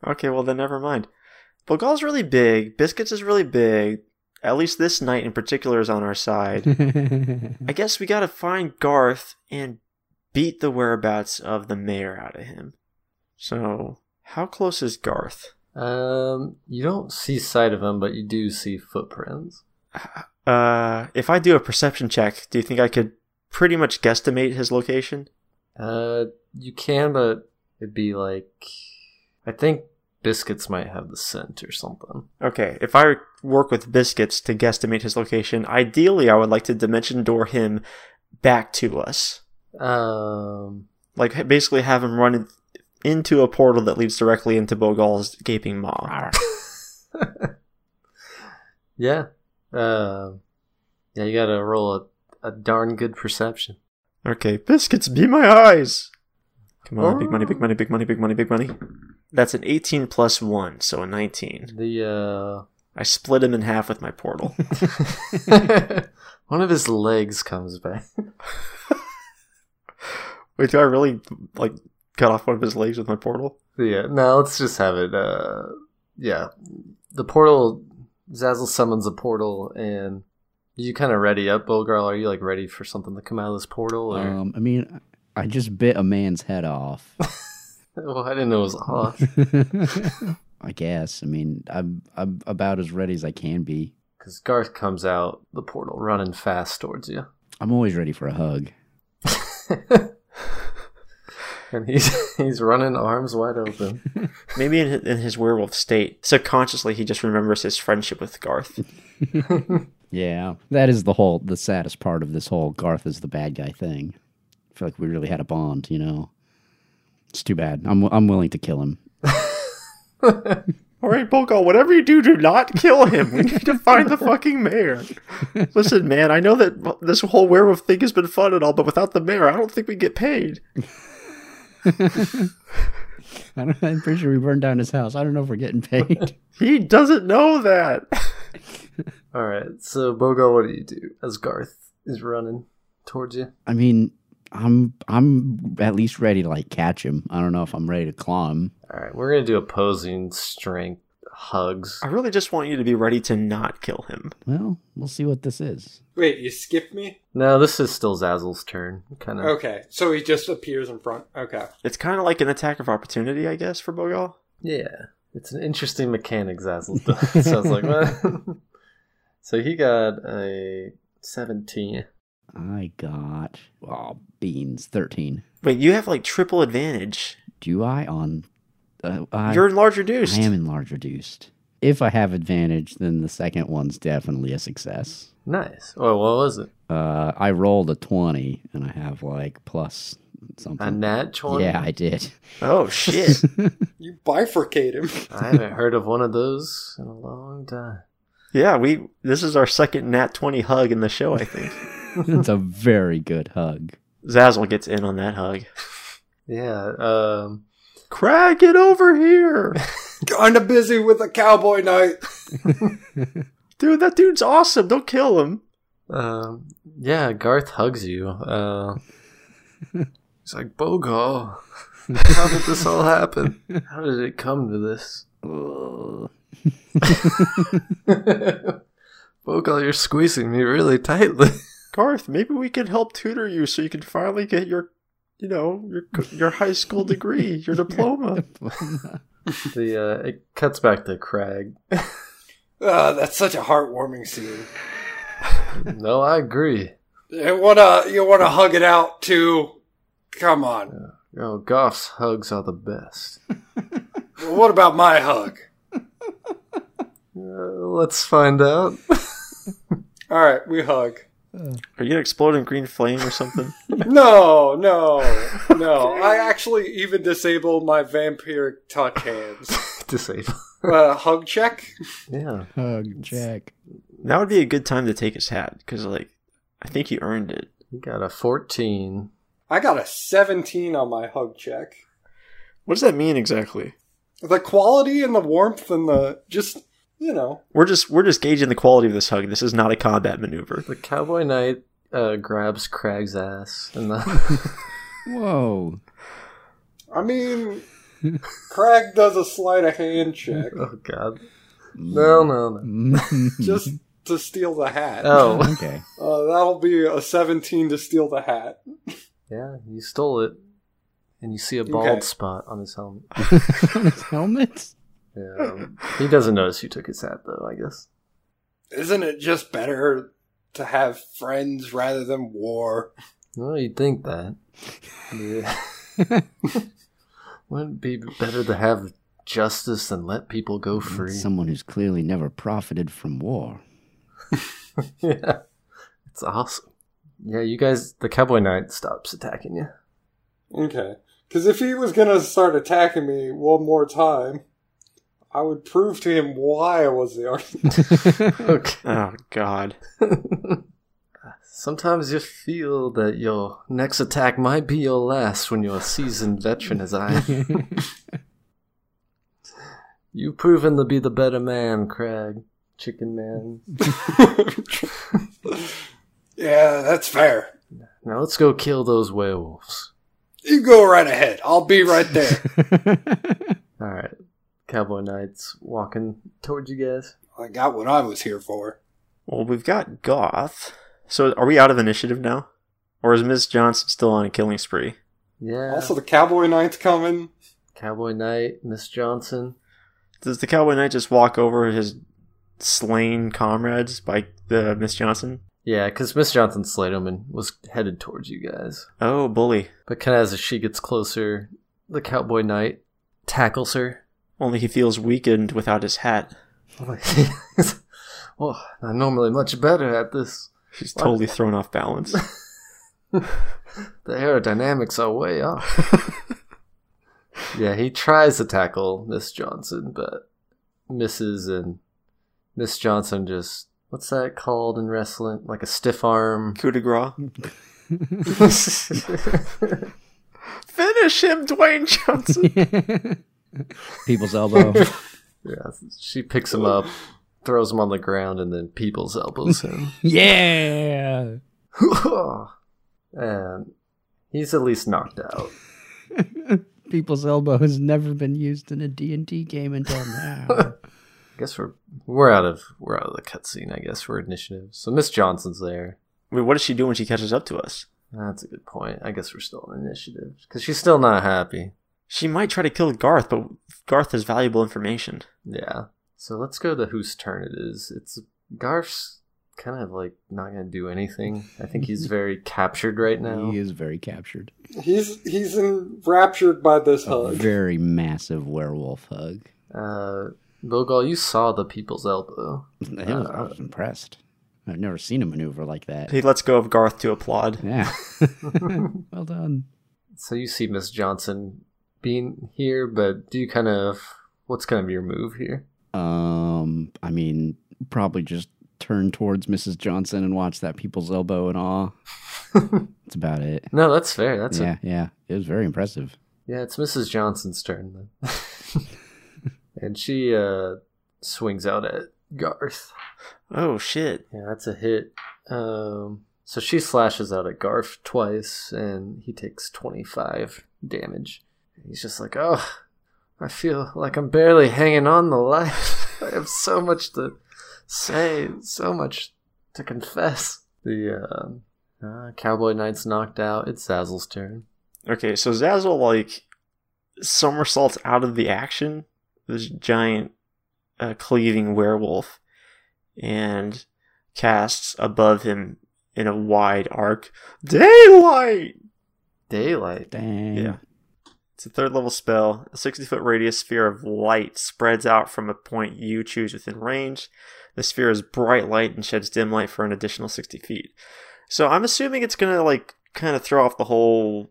E: okay, well then never mind. Bogal's really big. Biscuits is really big. At least this night in particular is on our side. I guess we gotta find Garth and beat the whereabouts of the mayor out of him. So, how close is Garth?
C: Um, you don't see sight of him, but you do see footprints.
E: Uh, if I do a perception check, do you think I could pretty much guesstimate his location?
C: Uh, you can, but it'd be like, I think biscuits might have the scent or something.
E: Okay, if I work with biscuits to guesstimate his location, ideally I would like to dimension door him back to us.
C: Um,
E: Like ha- basically have him run in- into a portal that leads directly into Bogal's gaping maw.
C: yeah. Um, yeah, you gotta roll a, a darn good perception.
E: Okay, biscuits, be my eyes. Come on, big money, big money, big money, big money, big money. That's an 18 plus 1, so a 19.
C: The
E: I split him in half with my portal.
C: uh, *laughs* one of his legs comes back. *laughs*
E: Wait, do I really like cut off one of his legs with my portal?
C: Yeah, no, let's just have it. Uh, yeah, the portal. Zazzle summons a portal, and you kind of ready up, Bulgar. Are you like ready for something to come out of this portal? Or...
D: um, I mean, I just bit a man's head off.
C: *laughs* well, I didn't know it was
D: *laughs*
C: off.
D: I guess. I mean, I'm I'm about as ready as I can be.
C: Because Garth comes out the portal, running fast towards you, *laughs*
D: I'm always ready for a hug.
C: and he's *laughs* he's running arms wide open.
E: Maybe in his, in his werewolf state, subconsciously he just remembers his friendship with Garth.
D: Yeah, that is the whole the saddest part of this whole Garth is the bad guy thing. I feel like we really had a bond, you know. It's too bad. I'm I'm willing to kill *laughs* him.
E: All right, Bogal, whatever you do, do not kill him. We need to find the fucking *laughs* mayor. Listen, man, I know that this whole werewolf thing has been fun and all, but without the mayor, I don't think we get paid.
D: I don't, I'm pretty sure we burned down his house. I don't know if we're getting paid.
E: He doesn't know that.
C: All right, so Bogal, what do you do as Garth is running towards you?
D: *laughs* I mean, I'm I'm at least ready to like catch him. I don't know if I'm ready to claw him.
C: All right, we're gonna do opposing strength hugs.
E: I really just want you to be ready to not kill him.
D: Well, we'll see what this is.
F: Wait, you skipped me?
C: No, this is still Zazzle's turn. Kind of.
F: Okay, so he just appears in front. Okay.
E: It's kind of like an attack of opportunity, I guess, for Bogal.
C: Yeah, it's an interesting mechanic Zazzle does. *laughs* so I was like, what? *laughs* so he got a seventeen.
D: I got oh beans thirteen.
E: Wait, you have like triple advantage.
D: Do I on? Uh, I,
E: You're large reduced.
D: I am in large reduced. If I have advantage, then the second one's definitely a success.
C: Nice. Oh, what was it?
D: Uh, I rolled a 20 and I have like plus
C: A
D: something.
C: nat twenty.
D: Yeah, I did. *laughs*
E: Oh shit.
F: You bifurcate him. *laughs*
C: I haven't heard of one of those in a long time.
E: Yeah, we. This is our second Nat twenty hug in the show. I *laughs* think
D: it's a very good hug.
E: Zazzle gets in on that hug.
C: Yeah. Um,
E: Crag, get over *laughs* here,
F: Kinda busy with a cowboy night.
E: dude. That dude's awesome. Don't kill him.
C: um, yeah. Garth hugs you.
D: *laughs*
C: Uh, he's like, Bogo, *laughs* how did this all happen? How did it come to this?
D: *laughs* Ugh.
C: *laughs* Bogo, you're squeezing me really tightly. *laughs*
E: Garth, maybe we can help tutor you so you can finally get your, you know, your your high *laughs* school degree, your diploma.
C: the uh, it cuts back to Crag.
F: Uh, that's such a heartwarming scene.
C: no, I agree.
F: You wanna, you wanna hug it out too? Come on.
C: Oh, Goff's hugs are the best.
F: Well, what about my hug?
C: Uh, let's find out. *laughs*
F: All right, we hug.
E: Are you gonna explode in green flame or *laughs* something?
F: No, no, no. I actually even disabled my vampiric touch hands.
C: Disable.
F: Uh, hug check?
C: Yeah.
D: Hug Jack.
E: that would be a good time to take his hat because, like, I think he earned it.
C: You got a 14.
F: I got a 17 on my hug check.
E: What does that mean exactly?
F: The quality and the warmth and the just, you know.
E: We're just we're just gauging the quality of this hug. This is not a combat maneuver.
C: The cowboy knight uh, grabs Crag's ass and the *laughs*
D: Whoa.
F: I mean, Craig does a sleight of
C: *laughs*
F: hand check
C: oh god. No, no, no.
D: *laughs*
F: just to steal the hat.
C: Oh,
D: okay.
F: Uh, that'll be a 17 to steal the hat.
C: yeah, you stole it, and you see a bald
F: Okay.
C: spot on his helmet.
D: *laughs* On his helmet?
C: Yeah, um, he doesn't notice you took his hat though. I guess.
F: Isn't it just better to have friends rather than war?
C: Well, you'd think that. Yeah. Wouldn't it be better to have justice than let people go free?
D: *laughs* Someone who's clearly never profited from war.
C: yeah, it's awesome. Yeah, you guys, the cowboy knight stops attacking you.
F: Okay. Because if he was going to start attacking me one more time, I would prove to him why I was *laughs* the architect.
C: Okay.
E: Oh God.
C: Sometimes you feel that your next attack might be your last when you're a seasoned veteran as I am. You've proven to be the better man, Crag. Chicken man.
F: yeah, that's fair.
C: Now let's go kill those werewolves.
F: You go right ahead. I'll be right there. *laughs*
C: Alright. Cowboy Knight's walking towards you guys.
F: I got what I was here for.
E: Well, we've got Goth. So are we out of initiative now, or is Ms. Johnson still on a killing spree?
C: Yeah.
F: Also, the Cowboy Knight's coming.
C: Cowboy Knight, Miss Johnson.
E: Does the cowboy knight just walk over his slain comrades by the Miss Johnson?
C: Yeah, because Miss Johnson slayed him and was headed towards you guys.
E: Oh, bully!
C: But kind of as she gets closer, the Cowboy Knight tackles her
E: Only he feels weakened without his hat.
C: *laughs* well, I'm normally much better at this.
E: He's totally thrown off balance.
C: *laughs* The aerodynamics are way off. yeah, he tries to tackle Miss Johnson, but misses, and Miss Johnson just what's that called in wrestling? Like a stiff
E: *laughs*
C: arm. *laughs*
E: Coup de grace.
C: yeah,
E: Finish him, Dwayne
D: *laughs*
E: Johnson.
D: *laughs* People's elbow.
C: she picks him up, throws him on the ground, and then people's elbows him.
D: *laughs* *laughs*
C: *laughs*
D: yeah.
C: and he's at least knocked out.
D: People's elbow has never been used in a D&D game until *laughs* now.
C: guess we're we're out of we're out of the cutscene. I guess for initiative. So Miss Johnson's there.
E: Wait, what does she do when she catches up to us?
C: That's a good point. I guess we're still on initiative because she's still not happy.
E: She might try to kill Garth, but Garth has valuable information.
C: Yeah. So let's go to whose turn it is. It's Garf's kind of like not gonna do anything. I think
D: *laughs*
C: he's very captured right now.
D: He is very captured.
F: He's he's enraptured by this
D: A
F: hug.
D: Oh, very massive werewolf hug.
C: Uh, Bogal, you saw the people's elbow.
D: I was, I was impressed. I've never seen a maneuver like that.
E: He lets go of Garth to applaud.
D: Yeah. *laughs* well done.
C: So you see Miss Johnson being here, but do you kind of what's kind of your move here?
D: Um, I mean, probably just turn towards Mrs. Johnson and watch that people's elbow and
E: *laughs*
D: awe. That's about it.
C: No, that's fair. That's a
D: yeah, yeah. It was very impressive.
C: Yeah, it's Mrs. Johnson's turn then.
D: *laughs*
C: and she uh swings out at Garth.
E: Oh shit!
C: Yeah, that's a hit. Um so she slashes out at Garth twice and he takes 25 damage. He's just like, "Oh, I feel like I'm barely hanging on to life. *laughs* I have so much to say, so much to confess." The um uh, Cowboy Knight's knocked out. It's Zazzle's turn.
E: Okay, so Zazzle like somersaults out of the action. This giant uh, cleaving werewolf, and casts above him in a wide arc. Daylight.
C: Daylight.
D: Dang.
E: Yeah. It's a third level spell. A 60 foot radius sphere of light spreads out from a point you choose within range. The sphere is bright light and sheds dim light for an additional 60 feet. So I'm assuming it's going to, like, kind of throw off the whole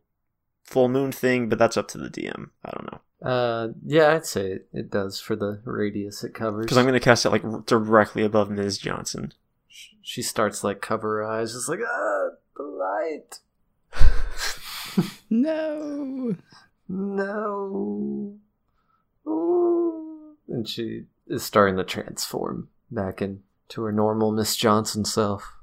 E: full moon thing, but that's up to the DM. I don't know.
C: Uh, yeah, I'd say it, it does for the radius it covers.
E: Because I'm going to cast it, like, r- directly above Ms. Johnson.
C: Sh- she starts like cover her eyes, just like ah, the light.
D: No.
C: No. Ooh. And she is starting to transform back into her normal Miss Johnson self.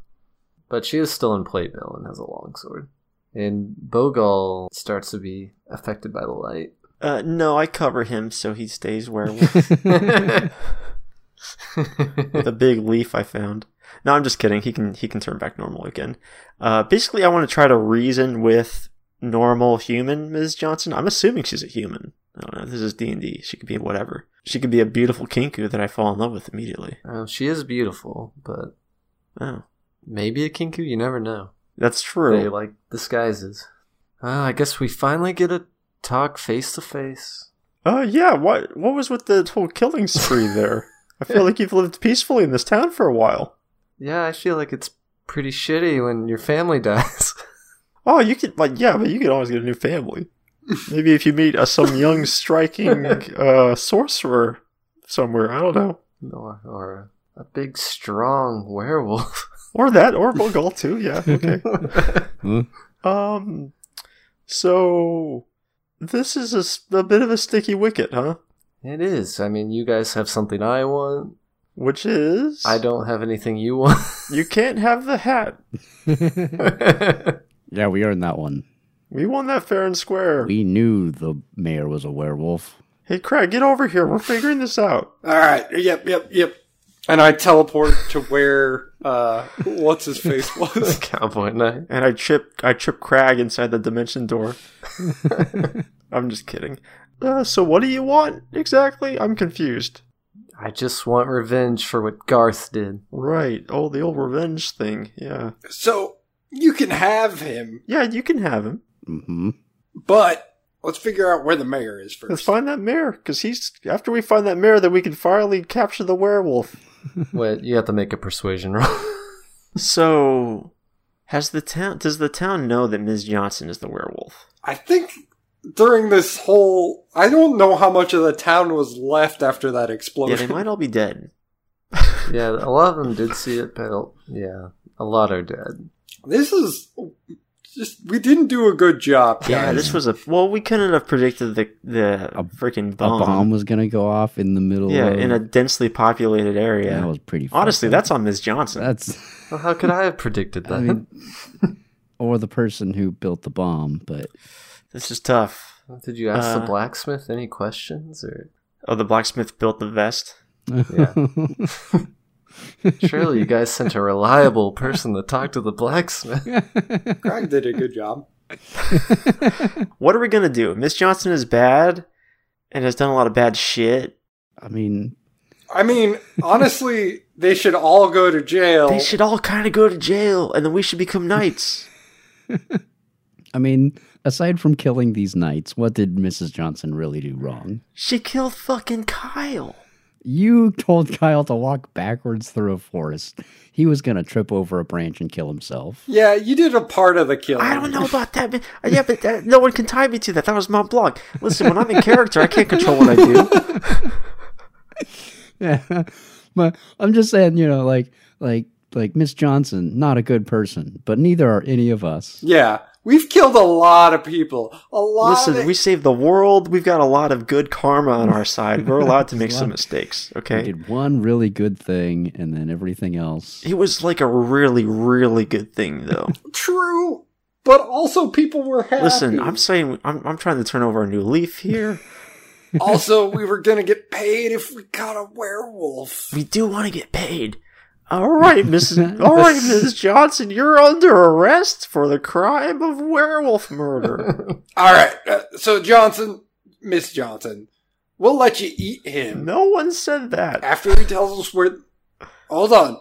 C: But she is still in playbill and has a longsword. And Bogal starts to be affected by the light.
E: Uh, no, I cover him so he
C: *laughs*
E: stays werewolf. the big leaf I found. No, I'm just kidding. He can he can turn back normal again. Uh, basically, I want to try to reason with normal human Ms. Johnson. I'm assuming she's a human. I don't know. This is D and D. She could be whatever. She could be a beautiful kinku that I fall in love with immediately.
C: Uh, she is beautiful, but
E: Oh,
C: maybe a kinku, you never know.
E: that's true.
C: They like disguises. Ah, I guess we finally get to talk face to face.
E: Oh yeah, what what was with the whole killing spree there?
C: *laughs*
E: I feel like you've lived peacefully in this town for a while.
C: Yeah, I feel like it's pretty shitty when your family *laughs* dies.
E: Oh, you could like yeah, but you could always get a new family. Maybe if you meet uh, some young striking uh, sorcerer somewhere, I don't know,
C: or, or a big, strong werewolf.
E: or that, or Bogal too. Yeah, okay. Um, so this is a, s- a bit of a sticky wicket, huh?
C: *laughs* it is. I mean, you guys have something I want.
E: Which is
C: I don't have anything you want. *laughs*
E: You can't have the hat.
D: *laughs* yeah, we earned that one.
E: We won that fair and square.
D: We knew the mayor was a werewolf.
E: Hey, Craig, get over here. We're figuring this out.
F: All right. Yep. Yep. Yep. And I teleport to where uh, what's his face was.
C: Cowboy Knight. *laughs*
E: and I trip I trip Crag inside the dimension door. I'm just kidding. Uh, so what do you want exactly? I'm confused.
C: I just want revenge for what Garth did.
E: Right. Oh, the old revenge thing. Yeah.
F: *laughs* So you can have him,
E: Yeah, you can have him.
D: hmm
F: but let's figure out where the mayor is
E: Let's
F: first.
E: find that mare, because he's after we find that mare, then we can finally capture the werewolf.
C: Wait, you have to make a persuasion roll. *laughs*
E: So, has the town? Does the town know that Ms. Johnson is the werewolf?
F: I think during this whole, I don't know how much of the town was left after that
E: Yeah,
F: explosion.
E: they might all be dead.
C: yeah, a lot of them did see it, but yeah, a lot are dead.
F: this is just we didn't do a good job.
E: *laughs* Yeah,
F: guys.
E: this was a well. We couldn't have predicted the the
D: A-
E: freaking
D: A bomb was gonna go off in the middle.
E: Uh-huh. Yeah,
D: of,
E: in a densely populated area.
D: that was pretty. fucked
E: Honestly,
D: up.
E: that's on Ms. Johnson.
D: that's.
C: Well, how could I have predicted that?
D: I
E: *laughs*
D: mean, or the person who built the bomb, but
E: this is tough.
C: Did you ask the
E: Uh,
C: blacksmith any questions or
E: Oh, the blacksmith built the vest.
C: Yeah. Surely you guys sent a reliable person to talk to the blacksmith.
F: Craig did a good job.
E: What are we gonna do? Miss Johnson is bad, and has done a lot of bad shit.
D: *laughs* I mean,
F: I mean, honestly, they should all go to jail.
E: They should all kind of go to jail, and then we should become knights. *laughs*
D: I mean, aside from killing these knights, what did Mrs. Johnson really do wrong?
E: she killed fucking Kyle.
D: You told *laughs* Kyle to walk backwards through a forest. He was gonna trip over a branch and kill himself. *laughs*
F: Yeah, you did a part of the killing.
E: I don't know about that. man. Uh, Yeah, but that, no one can tie me to that. That was my blog. Listen, when I'm in character, I can't control what I do.
D: Yeah, but I'm just saying, you know, like, like, like Miss Johnson, not a good person, but neither are any of us.
F: Yeah, we've killed a lot of people. A lot.
E: Listen,
F: of
E: we saved the world. We've got a lot of good karma on our side. We're allowed to make some mistakes.
D: We
E: Okay.
D: did one really good thing, and then everything else.
E: It was like a really, really good thing, though.
F: true, but also people were happy.
E: Listen, I'm saying I'm, I'm trying to turn over a new leaf here.
F: also we were gonna get paid if we caught a werewolf.
E: We do want to get paid. All right, Mrs. All right, Mrs. Johnson, you're under arrest for the crime of werewolf murder.
F: All right, uh, so Johnson, Miss Johnson, we'll let you eat him
E: No one said that.
F: after he tells us where. Hold on,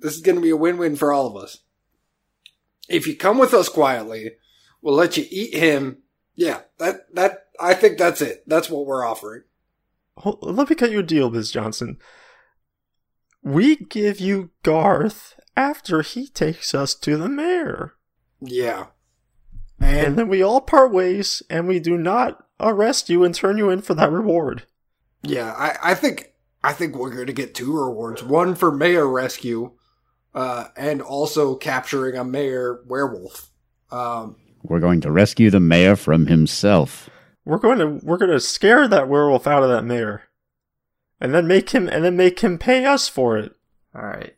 F: this is gonna be a win-win for all of us. If you come with us quietly, we'll let you eat him. Yeah, that that I think that's it. That's what we're offering.
E: Hold, let me cut you a deal, Miss Johnson. We give you Garth after he takes us to the mayor.
F: Yeah.
E: And then we all part ways, and we do not arrest you and turn you in for that reward.
F: Yeah, I, I think I think we're gonna get two rewards. One for mayor rescue, uh, and also capturing a mayor werewolf. Um
D: We're going to rescue the mayor from himself.
E: We're going to we're going to scare that werewolf out of that mayor, and then make him and then make him pay us for it.
C: All right.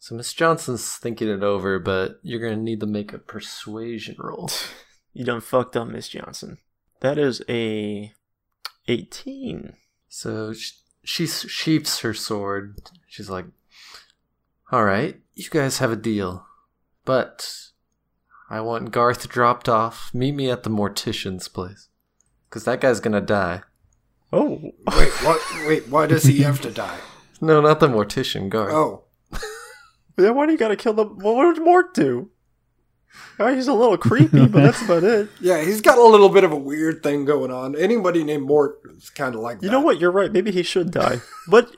C: So Miss Johnson's thinking it over, but you're gonna need to make a persuasion roll.
E: You done fucked up, Miss Johnson. That is a eighteen.
C: So she, she sheaths her sword. She's like, "All right, you guys have a deal, but I want Garth dropped off. Meet me at the mortician's place, because that guy's gonna die.
E: Oh,
F: wait, what wait, why does he have to
E: *laughs*
F: die?
C: No, not the mortician, Garth.
F: Oh.
E: then why do you gotta kill the? What would Mort do? Oh, he's a little creepy, but *laughs* that's about it.
F: Yeah, he's got a little bit of a weird thing going on. Anybody named Mort is kind of like
E: You
F: that.
E: know what? You're right. Maybe he should die, *laughs* but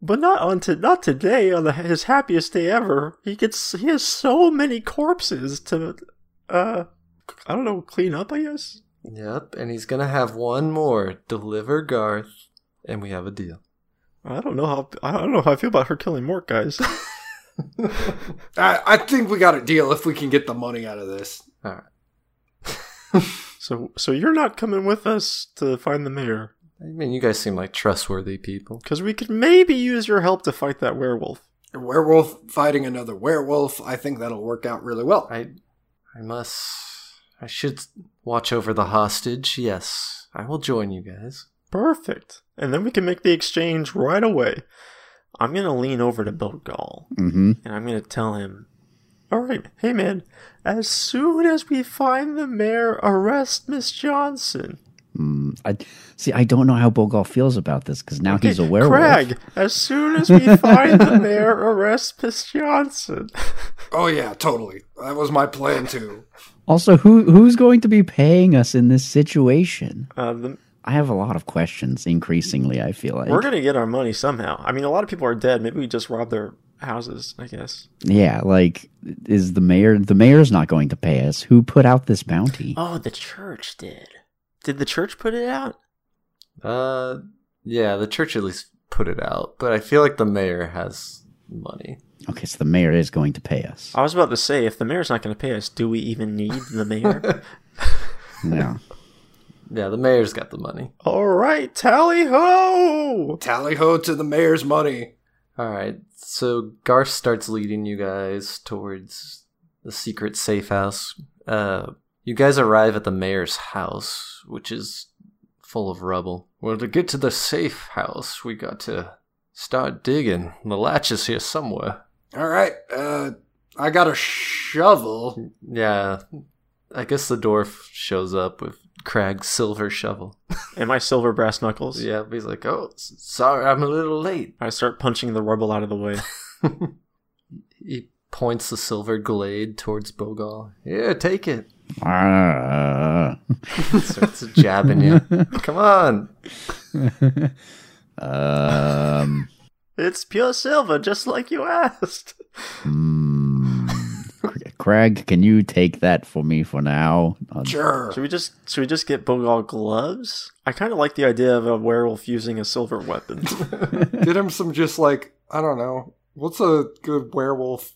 E: but not on to not today. On the, his happiest day ever, he gets he has so many corpses to uh I don't know clean up. I guess
C: Yep, and he's gonna have one more. Deliver Garth, and we have a deal.
E: I don't know how I don't know how I feel about her killing Mort, guys.
F: I, I think we got a deal if we can get the money out of this.
E: so so you're not coming with us to find the mayor
C: I mean, you guys seem like trustworthy people.
E: because we could maybe use your help to fight that werewolf.
F: A werewolf fighting another werewolf. I think that'll work out really well.
C: I, I must. I should watch over the hostage. Yes, I will join you guys.
E: Perfect. And then we can make the exchange right away. I'm going to lean over to Bill Gall
D: Mm-hmm.
E: and I'm going to tell him, All right, hey man, as soon as we find the mayor, arrest Miss Johnson.
D: Mm, I see. I don't know how Bogol feels about this because now he's a
E: Okay,
D: werewolf.
E: Craig, as soon as
D: *laughs*
E: we find the mayor, arrest Miss Johnson.
F: Oh yeah, totally. That was my plan too.
D: Also, who who's going to be paying us in this situation?
E: Uh, the,
D: I have a lot of questions. Increasingly, I feel like
E: we're going to get our money somehow. I mean, a lot of people are dead. Maybe we just rob their houses, I guess.
D: yeah, like is the mayor? The mayor's not going to pay us. Who put out this bounty?
E: Oh, the church did. Did the church put it out?
C: Uh, yeah, the church at least put it out, but I feel like the mayor has money.
D: Okay, so the mayor is going to pay us.
E: I was about to say, if the mayor's not going to pay us, do we even need the *laughs* mayor?
D: Yeah.
C: Yeah, the mayor's got the money.
E: All right, tally ho!
F: Tally ho to the mayor's money.
C: All right, so Garth starts leading you guys towards the secret safe house. Uh, you guys arrive at the mayor's house, which is full of rubble. Well, to get to the safe house, we got to start digging. The latch is here somewhere.
F: All right. Uh, I got a
E: *laughs*
F: shovel.
C: Yeah, I guess the dwarf shows up with Crag's silver shovel.
E: And my silver brass knuckles.
C: Yeah, but he's like, "Oh, s- sorry, I'm a little late." *laughs*
E: I start punching the rubble out of the *laughs* way.
C: He points the silver glade towards Bogal. Here, take it.
D: Ah.
C: starts jabbing
D: *laughs*
C: you. Come on.
D: um.
E: It's pure silver, just like you asked.
D: mm, Craig, can you take that for me for now? Uh,
F: Sure.
E: Should we just should we just get Bogal gloves? I kind of like the idea of a werewolf using a silver *laughs* weapon.
F: Get him some just like I don't know. What's a good werewolf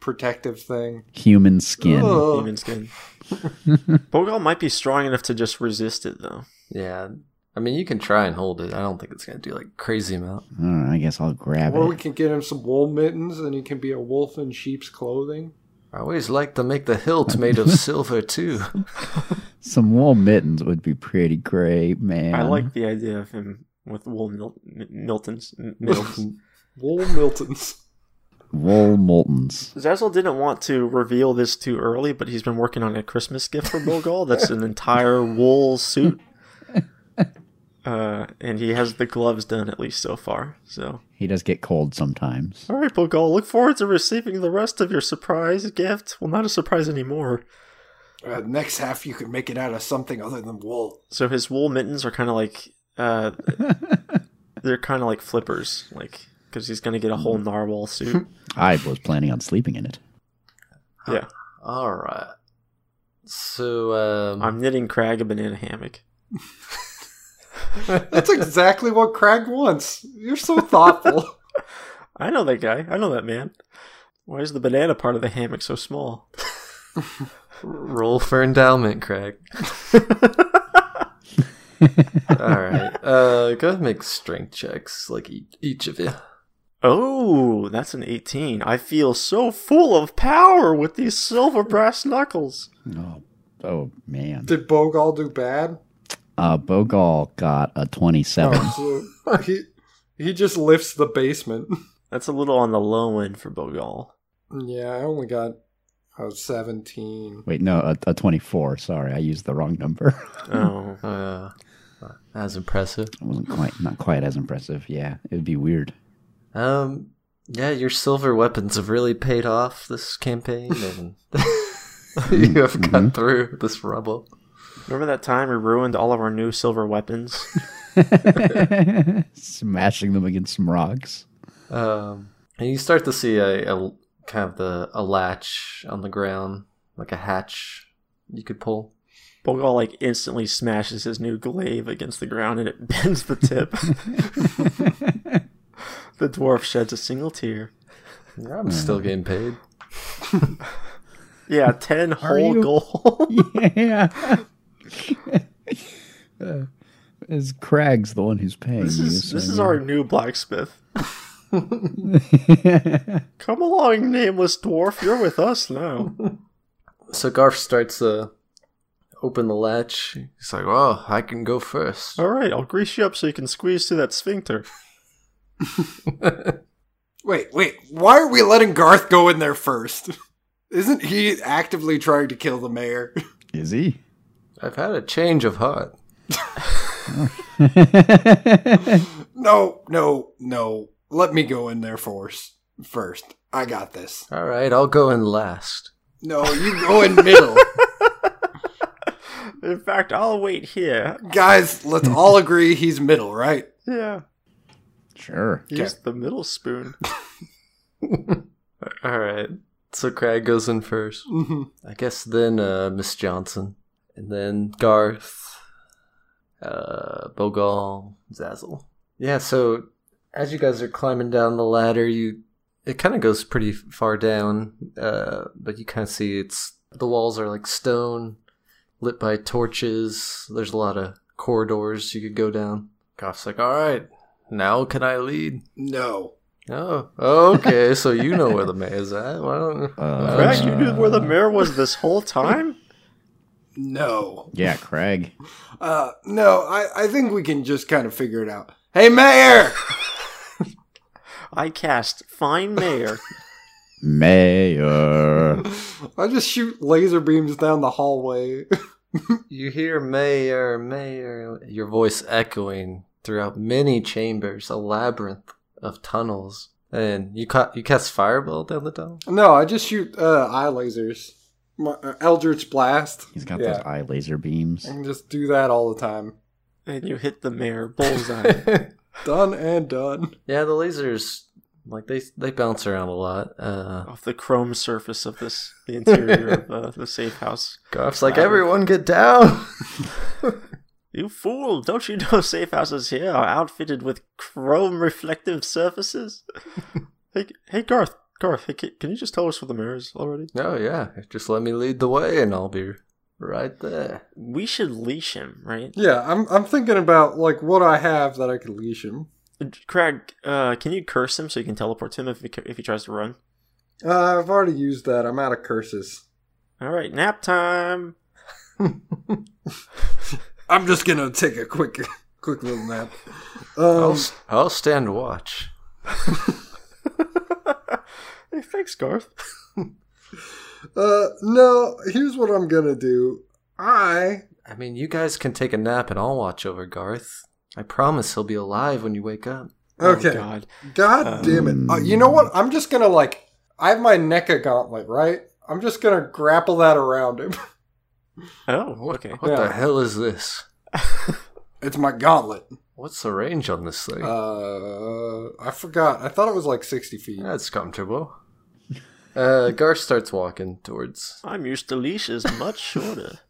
F: protective thing?
D: Human
E: Uh.
D: skin.
F: Ugh.
E: Human *laughs* skin. Bogal might be strong enough to just resist it though.
C: Yeah. I mean, you can try and hold it. I don't think it's going to do like crazy amount.
D: Uh, I guess I'll grab
F: Or we
D: it.
F: can get him some wool mittens, and he can be a wolf in sheep's clothing.
C: I always like to make the hilt made of silver too.
D: Some wool mittens would be pretty great, man.
E: I like the idea of him with wool mil- mi- Miltons. m- *laughs* Mittens.
F: Wool Miltons. *laughs*
D: wool moltons.
E: Zazzle didn't want to reveal this too early, but he's been working on a Christmas gift for Bogal. That's an entire wool suit. Uh, and he has the gloves done at least so far. So,
D: He does get cold sometimes.
E: all right, Bogal, look forward to receiving the rest of your surprise gift. Well, not a surprise anymore.
F: Uh, next half, you can make it out of something other than wool.
E: So his wool mittens are kind of like uh, they're kind of like flippers, like because he's gonna get a whole narwhal suit.
D: I was planning on sleeping in it.
E: yeah,
C: All right. So um,
E: I'm knitting Crag a banana hammock.
F: That's exactly what Craig wants. You're so *laughs* thoughtful.
E: I know that guy. I know that man. Why is the banana part of the hammock so small?
C: roll for endowment, Craig. All right. Uh, go ahead and make strength checks, like e- each of you.
E: Oh, that's an 18. I feel so full of power with these silver brass knuckles.
D: Oh, oh man.
F: Did Bogal do bad?
D: Uh, Bogal got a 27.
E: Oh.
F: so *laughs* he he just lifts the basement. *laughs*
E: That's a little on the low end for Bogal.
F: Yeah, I only got uh, seventeen.
D: Wait, no, a, a 24. Sorry, I used the wrong number. *laughs*
E: Oh,
C: Uh, that's impressive.
D: It wasn't quite, not quite as impressive. Yeah, it would be weird. *laughs*
C: Um, yeah, your silver weapons have really paid off this campaign, and *laughs* you have got
D: Mhm.
C: through this rubble.
E: remember that time we ruined all of our new silver weapons?
D: Smashing them against some rocks.
C: Um, and you start to see a, a kind of the a latch on the ground, like a hatch you could pull.
E: Bogal like instantly smashes his new glaive against the ground and it *laughs* bends the tip. the dwarf sheds a single tear.
C: Yeah, I'm still getting paid.
E: Yeah, ten whole
D: you- *laughs*
E: gold.
D: yeah. Uh, is Crag's the one who's paying
E: this
D: you,
E: is
D: so,
E: this is
D: yeah.
E: our new blacksmith. Come along, nameless dwarf. You're with us now.
C: So Garf starts to open the latch. He's like, "Oh, I can go first.
E: All right, I'll grease you up so you can squeeze through that sphincter.
F: Wait, wait. Why are we letting Garth go in there first? *laughs* Isn't he actively trying to kill the mayor?
D: Is
E: *laughs*
D: he?
C: I've had a change of heart."
F: No, no, no. Let me go in there first. First, I got this.
C: All right, I'll go in last. *laughs*
F: No, you go in middle,
E: In fact, I'll wait here.
F: guys. Let's all agree he's middle, right?
E: Yeah,
D: sure.
E: use the middle spoon.
C: All right. So Crag goes in first.
F: Mhm.
C: I guess then uh, Miss Johnson, and then Garth, uh, Bogal, Zazzle. Yeah. So as you guys are climbing down the ladder, you it kind of goes pretty f- far down, uh, but you kind of see it's the walls are like stone, lit by torches. There's a lot of corridors you could go down. Garth's like, all right, now can I lead?
F: No.
C: Oh, okay. So you know where the mayor's at. Why don't?
D: Uh,
E: Craig, you knew where the mayor was this whole time?
F: No.
D: Yeah, Craig.
F: Uh, no, I, I think we can just kind of figure it out. Hey, Mayor!
E: I cast Fine Mayor.
D: Mayor.
F: *laughs* I just shoot laser beams down the hallway. *laughs*
C: You hear mayor, mayor, your voice echoing throughout many chambers, a labyrinth of tunnels, and you ca- you cast fireball down the *laughs* tunnel.
F: no, I just shoot uh, eye lasers. My, uh, Eldritch Blast.
D: He's got
F: Yeah.
D: those eye laser beams.
F: I can just do that all the time.
E: and you hit the mayor bullseye.
C: *laughs*
F: Done and done.
C: yeah, the lasers like they they bounce around a lot. Uh,
E: off the chrome surface of this the interior of uh, the safe house.
C: Garf's like,
E: Wow.
C: everyone get down.
E: You fool! Don't you know safe houses here are outfitted with chrome reflective surfaces? hey, hey, Garth, Garth, hey, can can you just tell us where the mayor is already?
C: *laughs* oh yeah, just let me lead the way, and I'll be right there.
E: We should leash him, right?
F: Yeah, I'm, I'm thinking about, like, what I have that I could leash him.
E: Craig, uh, can you curse him so you can teleport to him if he, if he tries to run?
F: Uh, I've already used that. I'm out of curses.
E: All right, nap time.
F: I'm just gonna take a quick, *laughs* quick little nap.
C: I'll
F: Um,
C: s- I'll stand watch.
E: *laughs* Hey, thanks, Garth.
F: uh, no, here's what I'm gonna do. I
C: I mean, you guys can take a nap and I'll watch over Garth. I promise he'll be alive when you wake up.
E: Oh,
F: Okay.
E: God.
F: God
E: Um,
F: damn it. Uh, you know what? I'm just going to like. I have my NECA gauntlet, right? I'm just going to grapple that around him. *laughs*
E: Oh, okay.
C: What
F: Yeah.
C: the hell is this?
F: It's my gauntlet.
C: What's the range on this thing?
F: Uh, I forgot. I thought it was like 60 feet.
C: That's comfortable. Uh, Garth starts walking towards.
E: I'm used to leashes *laughs* much shorter.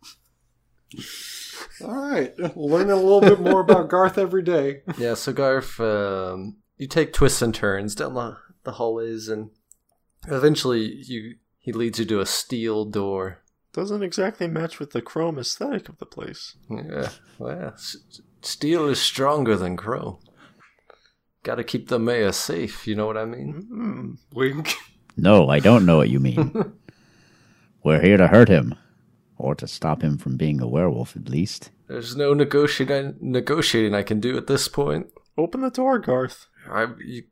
F: All right. Learning a little bit more about Garth every day. *laughs*
C: Yeah, so Garth, um, you take twists and turns down the, the hallways, and eventually you he leads you to a steel door.
E: Doesn't exactly match with the chrome aesthetic of the place.
C: Yeah, well, yeah. S- s- steel is stronger than crow. Got to keep the mayor safe. You know what I mean?
E: Hmm.
F: Wink.
D: No, I don't know what you mean. We're here to hurt him, or to stop him from being a werewolf, at least.
C: There's no negotiating negotiating I can do at this point.
E: Open the door, Garth.
C: I you,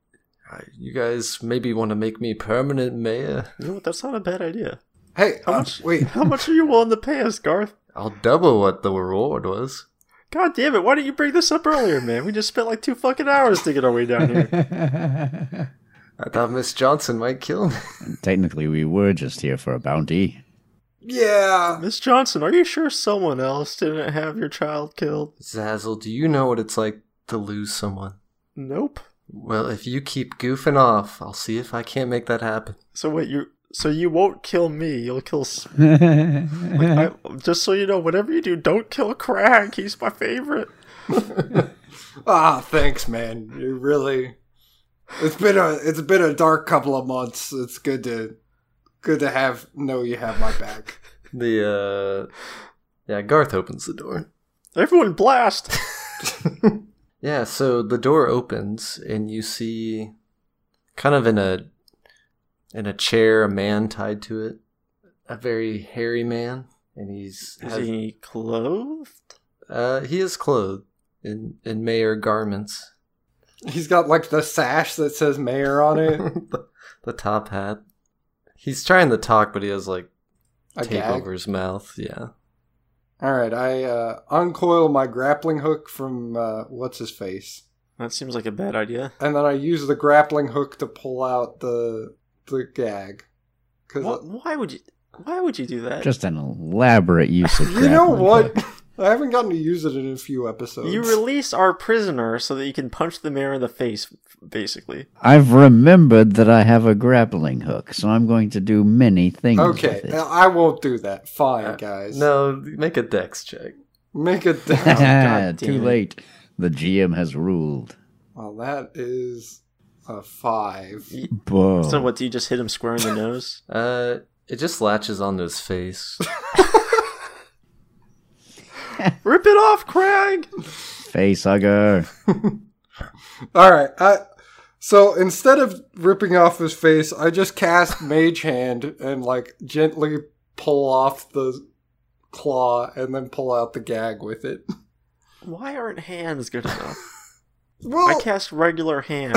C: I, you guys maybe want to make me permanent mayor.
E: You know what? That's not a bad idea.
F: Hey,
E: How
F: uh,
E: much?
F: wait.
E: How much are you willing to pay us, Garth?
C: I'll double what the reward was.
E: God damn it! Why didn't you bring this up earlier, man? We just spent like two fucking hours to get our way down here.
C: I thought Miss Johnson might kill me. *laughs*
D: Technically, we were just here for a bounty.
E: *laughs*
F: Yeah.
E: Miss Johnson, are you sure someone else didn't have your child killed?
C: Zazzle, do you know what it's like to lose someone?
E: Nope.
C: Well, if you keep goofing off, I'll see if I can't make that happen.
E: So wait, you so you won't kill me? You'll kill. s- Like, I, just so you know, whatever you do, don't kill Crag. He's my favorite.
F: Ah, thanks, man. You really. It's been a it's been a dark couple of months. It's good to good to have know you have my back.
C: The uh, yeah, Garth opens the door. *laughs*
E: Everyone blast.
C: Yeah, so the door opens and you see kind of in a in a chair a man tied to it. A very hairy man. And he's
E: Is
C: has-
E: he clothed?
C: uh he is clothed in, in mayor garments.
F: He's got like the sash that says mayor on it.
C: *laughs* the, the top hat. He's trying to talk but he has like
F: A
C: tape
F: gag.
C: over his mouth, yeah.
F: All right, I uh, uncoil my grappling hook from uh, what's his face,
E: That seems like a bad idea.
F: and then I use the grappling hook to pull out the the gag. Cause
E: Wh- why would you? Why would you do that?
D: Just an elaborate use of
F: you know
D: grappling
F: what,
D: hook.
F: I haven't gotten to use it in a few episodes.
E: you release our prisoner so that you can punch the mayor in the face, basically.
D: I've remembered that I have a grappling hook, so I'm going to do many things.
F: okay?
D: with it. *laughs*
F: *laughs* I won't do that. Fine,
C: Uh,
F: guys.
C: No, make a dex check.
F: make
D: *laughs*
F: it.
E: God damn
D: Too
E: it.
D: late. The GM has ruled.
F: well, that is a five.
D: Whoa.
E: So what? Do you just hit him square in the nose?
C: Uh it just latches onto his *laughs* face.
E: Rip it off, Crag.
D: Face hugger.
F: All right. I, so instead of ripping off his face, I just cast Mage Hand and like gently pull off the claw and then pull out the gag with it.
E: Why aren't hands good enough?
F: Well, *laughs*
E: I cast regular hand.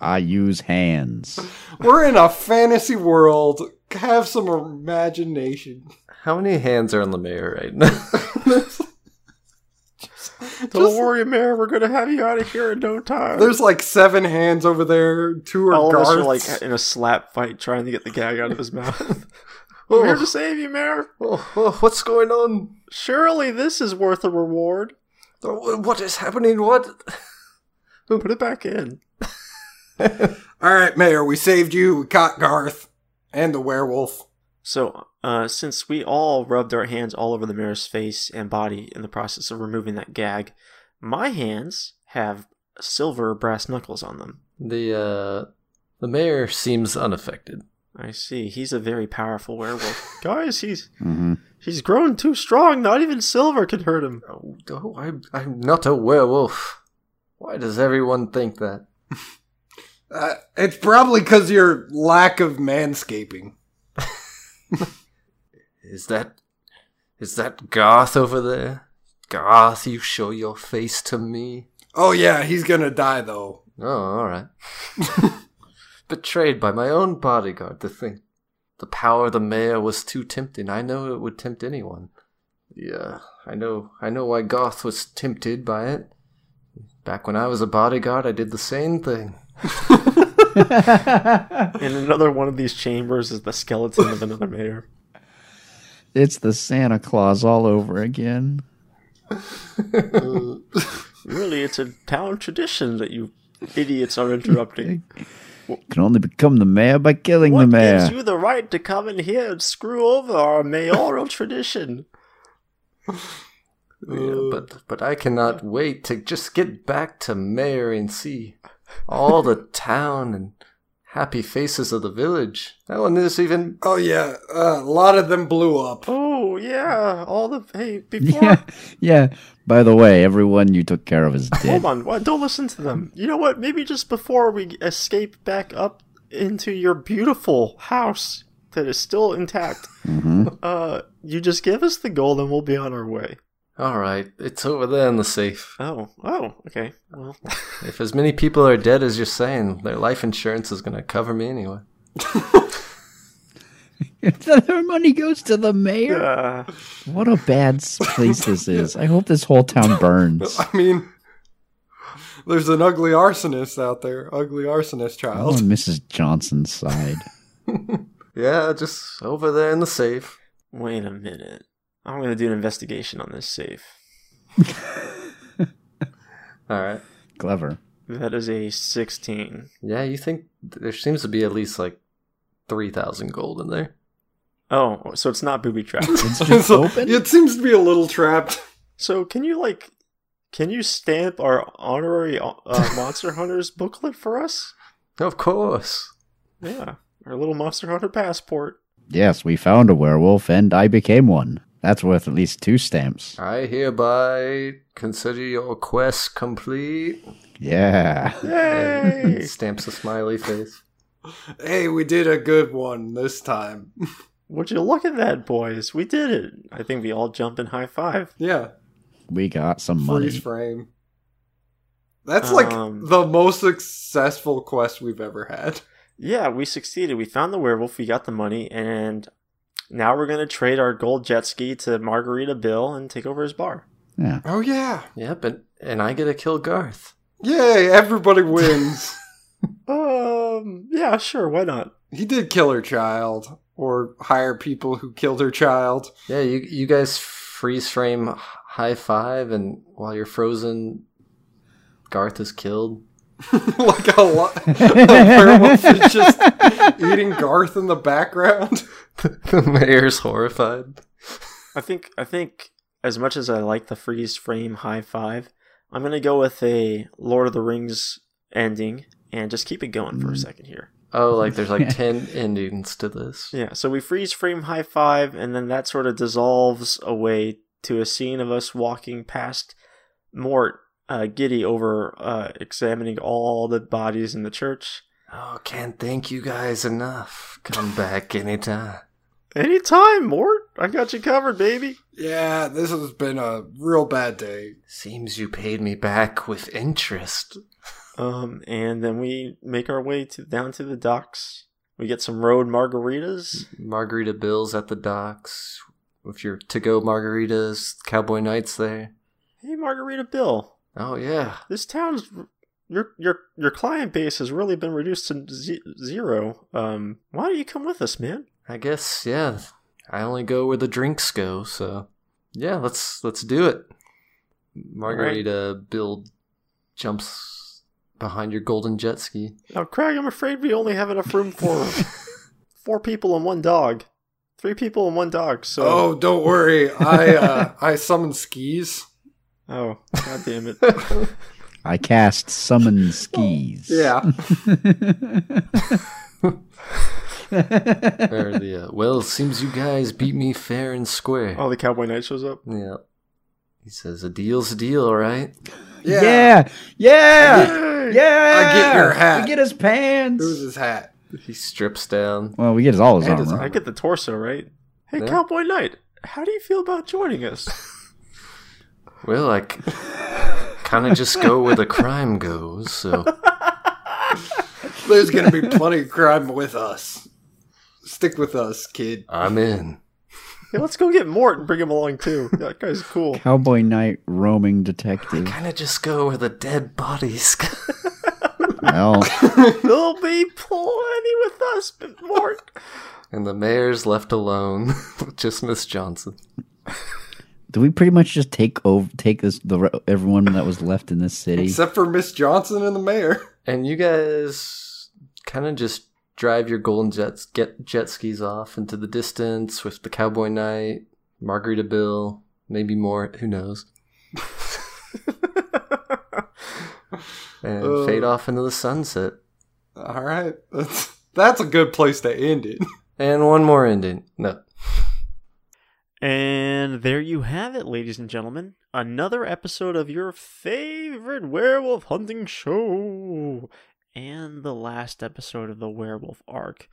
D: I use hands.
F: we're in a fantasy world. Have some imagination.
C: How many hands are on the mayor right now?
E: Don't
F: Just-
E: worry, mayor. We're gonna have you out of here in no time.
F: There's like seven hands over there. Two are
E: all of us are
F: Garth's.
E: like in a slap fight trying to get the gag out of his mouth. We're here to save you, mayor.
C: Oh, *laughs* oh, what's going on?
E: Surely this is worth a reward.
C: Oh, What is happening? What?
E: Put it back in.
F: All right, Mayor. We saved you. We caught Garth and the werewolf.
E: So, uh, since we all rubbed our hands all over the mayor's face and body in the process of removing that gag, my hands have silver brass knuckles on them.
C: The uh, the mayor seems unaffected.
E: I see. He's a very powerful werewolf. Guys, he's
D: hmm
E: he's grown too strong. Not even silver can hurt him.
C: Oh, oh, I'm I'm not a werewolf. Why does everyone think that?
F: Uh, it's probably because your lack of manscaping.
C: Is that is that Garth over there? Garth, you show your face to me.
F: Oh yeah, he's gonna die though.
C: Oh, all right. Betrayed by my own bodyguard. The thing, the power of the mayor was too tempting. I know it would tempt anyone. Yeah, I know. I know why Garth was tempted by it. Back when I was a bodyguard, I did the same thing.
E: In another one of these chambers is the skeleton of another mayor.
D: It's the Santa Claus all over again.
E: Really, it's a town tradition that you idiots are interrupting.
D: Can only become the mayor by killing the
E: what
D: mayor.
E: gives you the right to come in here and screw over our mayoral tradition?
C: Yeah, but but I cannot wait to just get back to Mayor and see all *laughs* the town and happy faces of the village. That one is even
F: Oh yeah, uh, a lot of them blew up. *laughs*
E: Oh yeah, all the hey
D: *laughs*
E: before.
D: Yeah, yeah. By the way, everyone you took care of is dead.
E: Hold on, what? Don't listen to them. You know what? Maybe just before we escape back up into your beautiful house that is still intact,
D: mm-hmm.
F: *laughs*
E: uh, you just give us the gold and we'll be on our way.
C: all right. It's over there in the safe.
E: Oh, oh, okay. Well,
C: If as many people are dead as you're saying, their life insurance is going to cover me anyway.
D: Their money goes to the mayor.
E: uh,
D: What a bad s- place this is. I hope this whole town burns.
F: I mean, there's an ugly arsonist out there, ugly arsonist
D: I'm on
F: *laughs* child.
D: Mrs. Johnson's side.
C: Yeah, just over there in the safe.
E: wait a minute. I'm gonna do an investigation on this safe.
C: All right.
D: Clever.
E: That is a 16.
C: Yeah, you think there seems to be at least like 3,000 gold in there.
E: Oh, so it's not booby
D: *laughs*
E: trapped.
D: It's just
F: *laughs* So,
D: open.
F: It seems to be a little trapped.
E: so can you like, can you stamp our honorary uh, monster hunters booklet for us?
C: Of course.
E: Yeah, our little monster hunter passport.
D: Yes, we found a werewolf and I became one. That's worth at least two stamps.
C: I hereby consider your quest complete.
D: Yeah.
C: *laughs*
E: Yay!
C: Stamps a smiley face.
F: Hey, we did a good one this time. *laughs*
E: Would you look at that, boys? We did it. I think we all jump and high five.
F: Yeah,
D: We got some
F: freeze *laughs*
D: money.
F: frame. That's like
E: Um,
F: the most successful quest we've ever had.
E: Yeah, we succeeded. We found the werewolf. We got the money, and now we're gonna trade our gold jet ski to Margarita Bill and take over his bar.
D: Yeah.
F: Oh yeah,
C: Yep, and, and I get to kill Garth.
F: yay! Everybody wins. *laughs*
E: Um. Yeah. Sure. Why not?
F: he did kill her child, or hire people who killed her child. *laughs*
C: Yeah, you, you guys freeze frame h- high five, and while you're frozen, Garth is killed. *laughs*
F: like a lot. *laughs* a werewolf
D: *laughs*
F: is just eating Garth in the background. *laughs*
C: the mayor's horrified.
E: I think. I think. As much as I like the freeze frame high five, I'm gonna go with a Lord of the Rings ending and just keep it going for a second here.
C: Oh, like there's like 10 endings to this.
E: Yeah, so we freeze frame high five, and then that sort of dissolves away to a scene of us walking past Mort, uh, giddy over uh, examining all the bodies in the church.
C: Oh, can't thank you guys enough. Come back anytime.
E: Anytime, Mort! I got you covered, baby!
F: Yeah, this has been a real bad day.
C: Seems you paid me back with interest.
E: Um, and then we make our way to down to the docks. We get some road margaritas.
C: Margarita Bill's at the docks. With your to go margaritas, Cowboy Knight's there.
E: Hey, Margarita Bill,
C: Oh, yeah.
E: this town's your your your client base has really been reduced to ze- zero. Um, why don't you come with us, man?
C: I guess, yeah. I only go where the drinks go, so. Yeah, let's let's do it. Margarita Bill jumps behind your golden jet ski.
E: Now, Craig, I'm afraid we only have enough room for four people and one dog. Three people and one dog, so.
F: Oh, don't worry. I uh, I summoned skis.
E: Oh, god damn it. Oh,
D: I cast
F: *laughs*
D: summon skis. *laughs*
F: Yeah,
C: or the uh, *laughs* well, seems you guys beat me fair and square.
E: Oh, the Cowboy Knight shows up.
C: Yeah. He says a deal's a deal, all right?
F: yeah.
D: Yeah. Yeah. Yeah.
F: I get your hat.
D: We get his pants.
F: Who's his hat?
C: He strips down.
D: Well, we get his all his
F: And his
D: armor.
E: I get the torso, right? Hey,
C: Yeah.
E: Cowboy Knight, how do you feel about joining us?
C: Well, I kind of just go where the crime goes, so
F: There's gonna be plenty of crime with us. Stick with us, kid.
C: I'm in.
E: Yeah, let's go get Mort and bring him along, too. That
D: *laughs*
E: guy's cool.
D: Cowboy Knight roaming detective.
C: Kind of just go where the dead bodies go.
D: well,
E: There'll be plenty with us, but Mort.
C: and the mayor's left alone *laughs* with just Miss Johnson.
D: Do we pretty much just take over, take this the re- everyone that was left in this city?
F: Except for Miss Johnson and the mayor. *laughs*
C: And you guys kind of just drive your golden jets get jet skis off into the distance with the cowboy knight, Margarita Bill, maybe more, who knows? and
F: Uh.
C: fade off into the sunset.
F: All right. That's, that's a good place to end it.
C: And one more ending. No.
E: And there you have it, ladies and gentlemen. Another episode of your favorite werewolf hunting show. And the last episode of the werewolf arc.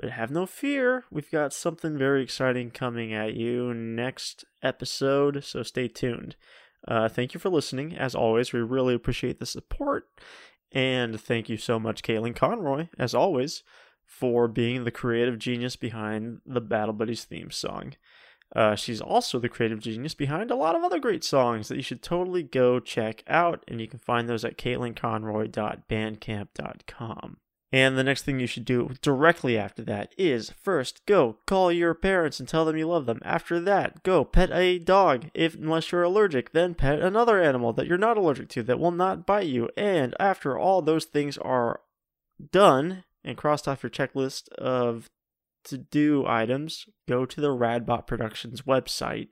E: But have no fear, we've got something very exciting coming at you next episode, so stay tuned. Uh, thank you for listening. As always, we really appreciate the support. And thank you so much, Caitlin Conroy, as always, for being the creative genius behind the Battle Buddies theme song. Uh, she's also the creative genius behind a lot of other great songs that you should totally go check out, and you can find those at caitlinconroy.bandcamp.com. And the next thing you should do directly after that is first go call your parents and tell them you love them. After that, go pet a dog if unless you're allergic, then pet another animal that you're not allergic to that will not bite you. And after all those things are done and crossed off your checklist of to do items, go to the Radbot Productions website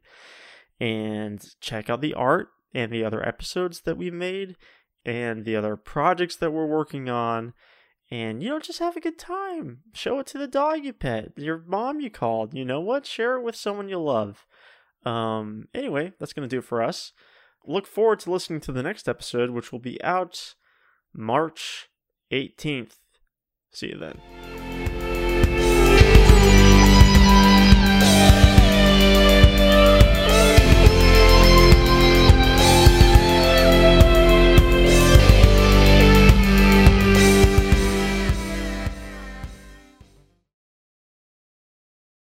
E: and check out the art and the other episodes that we made and the other projects that we're working on. And you know, just have a good time. Show it to the dog you pet, your mom you called. You know what? Share it with someone you love. Um, anyway, that's gonna do it for us. Look forward to listening to the next episode, which will be out March 18th. See you then.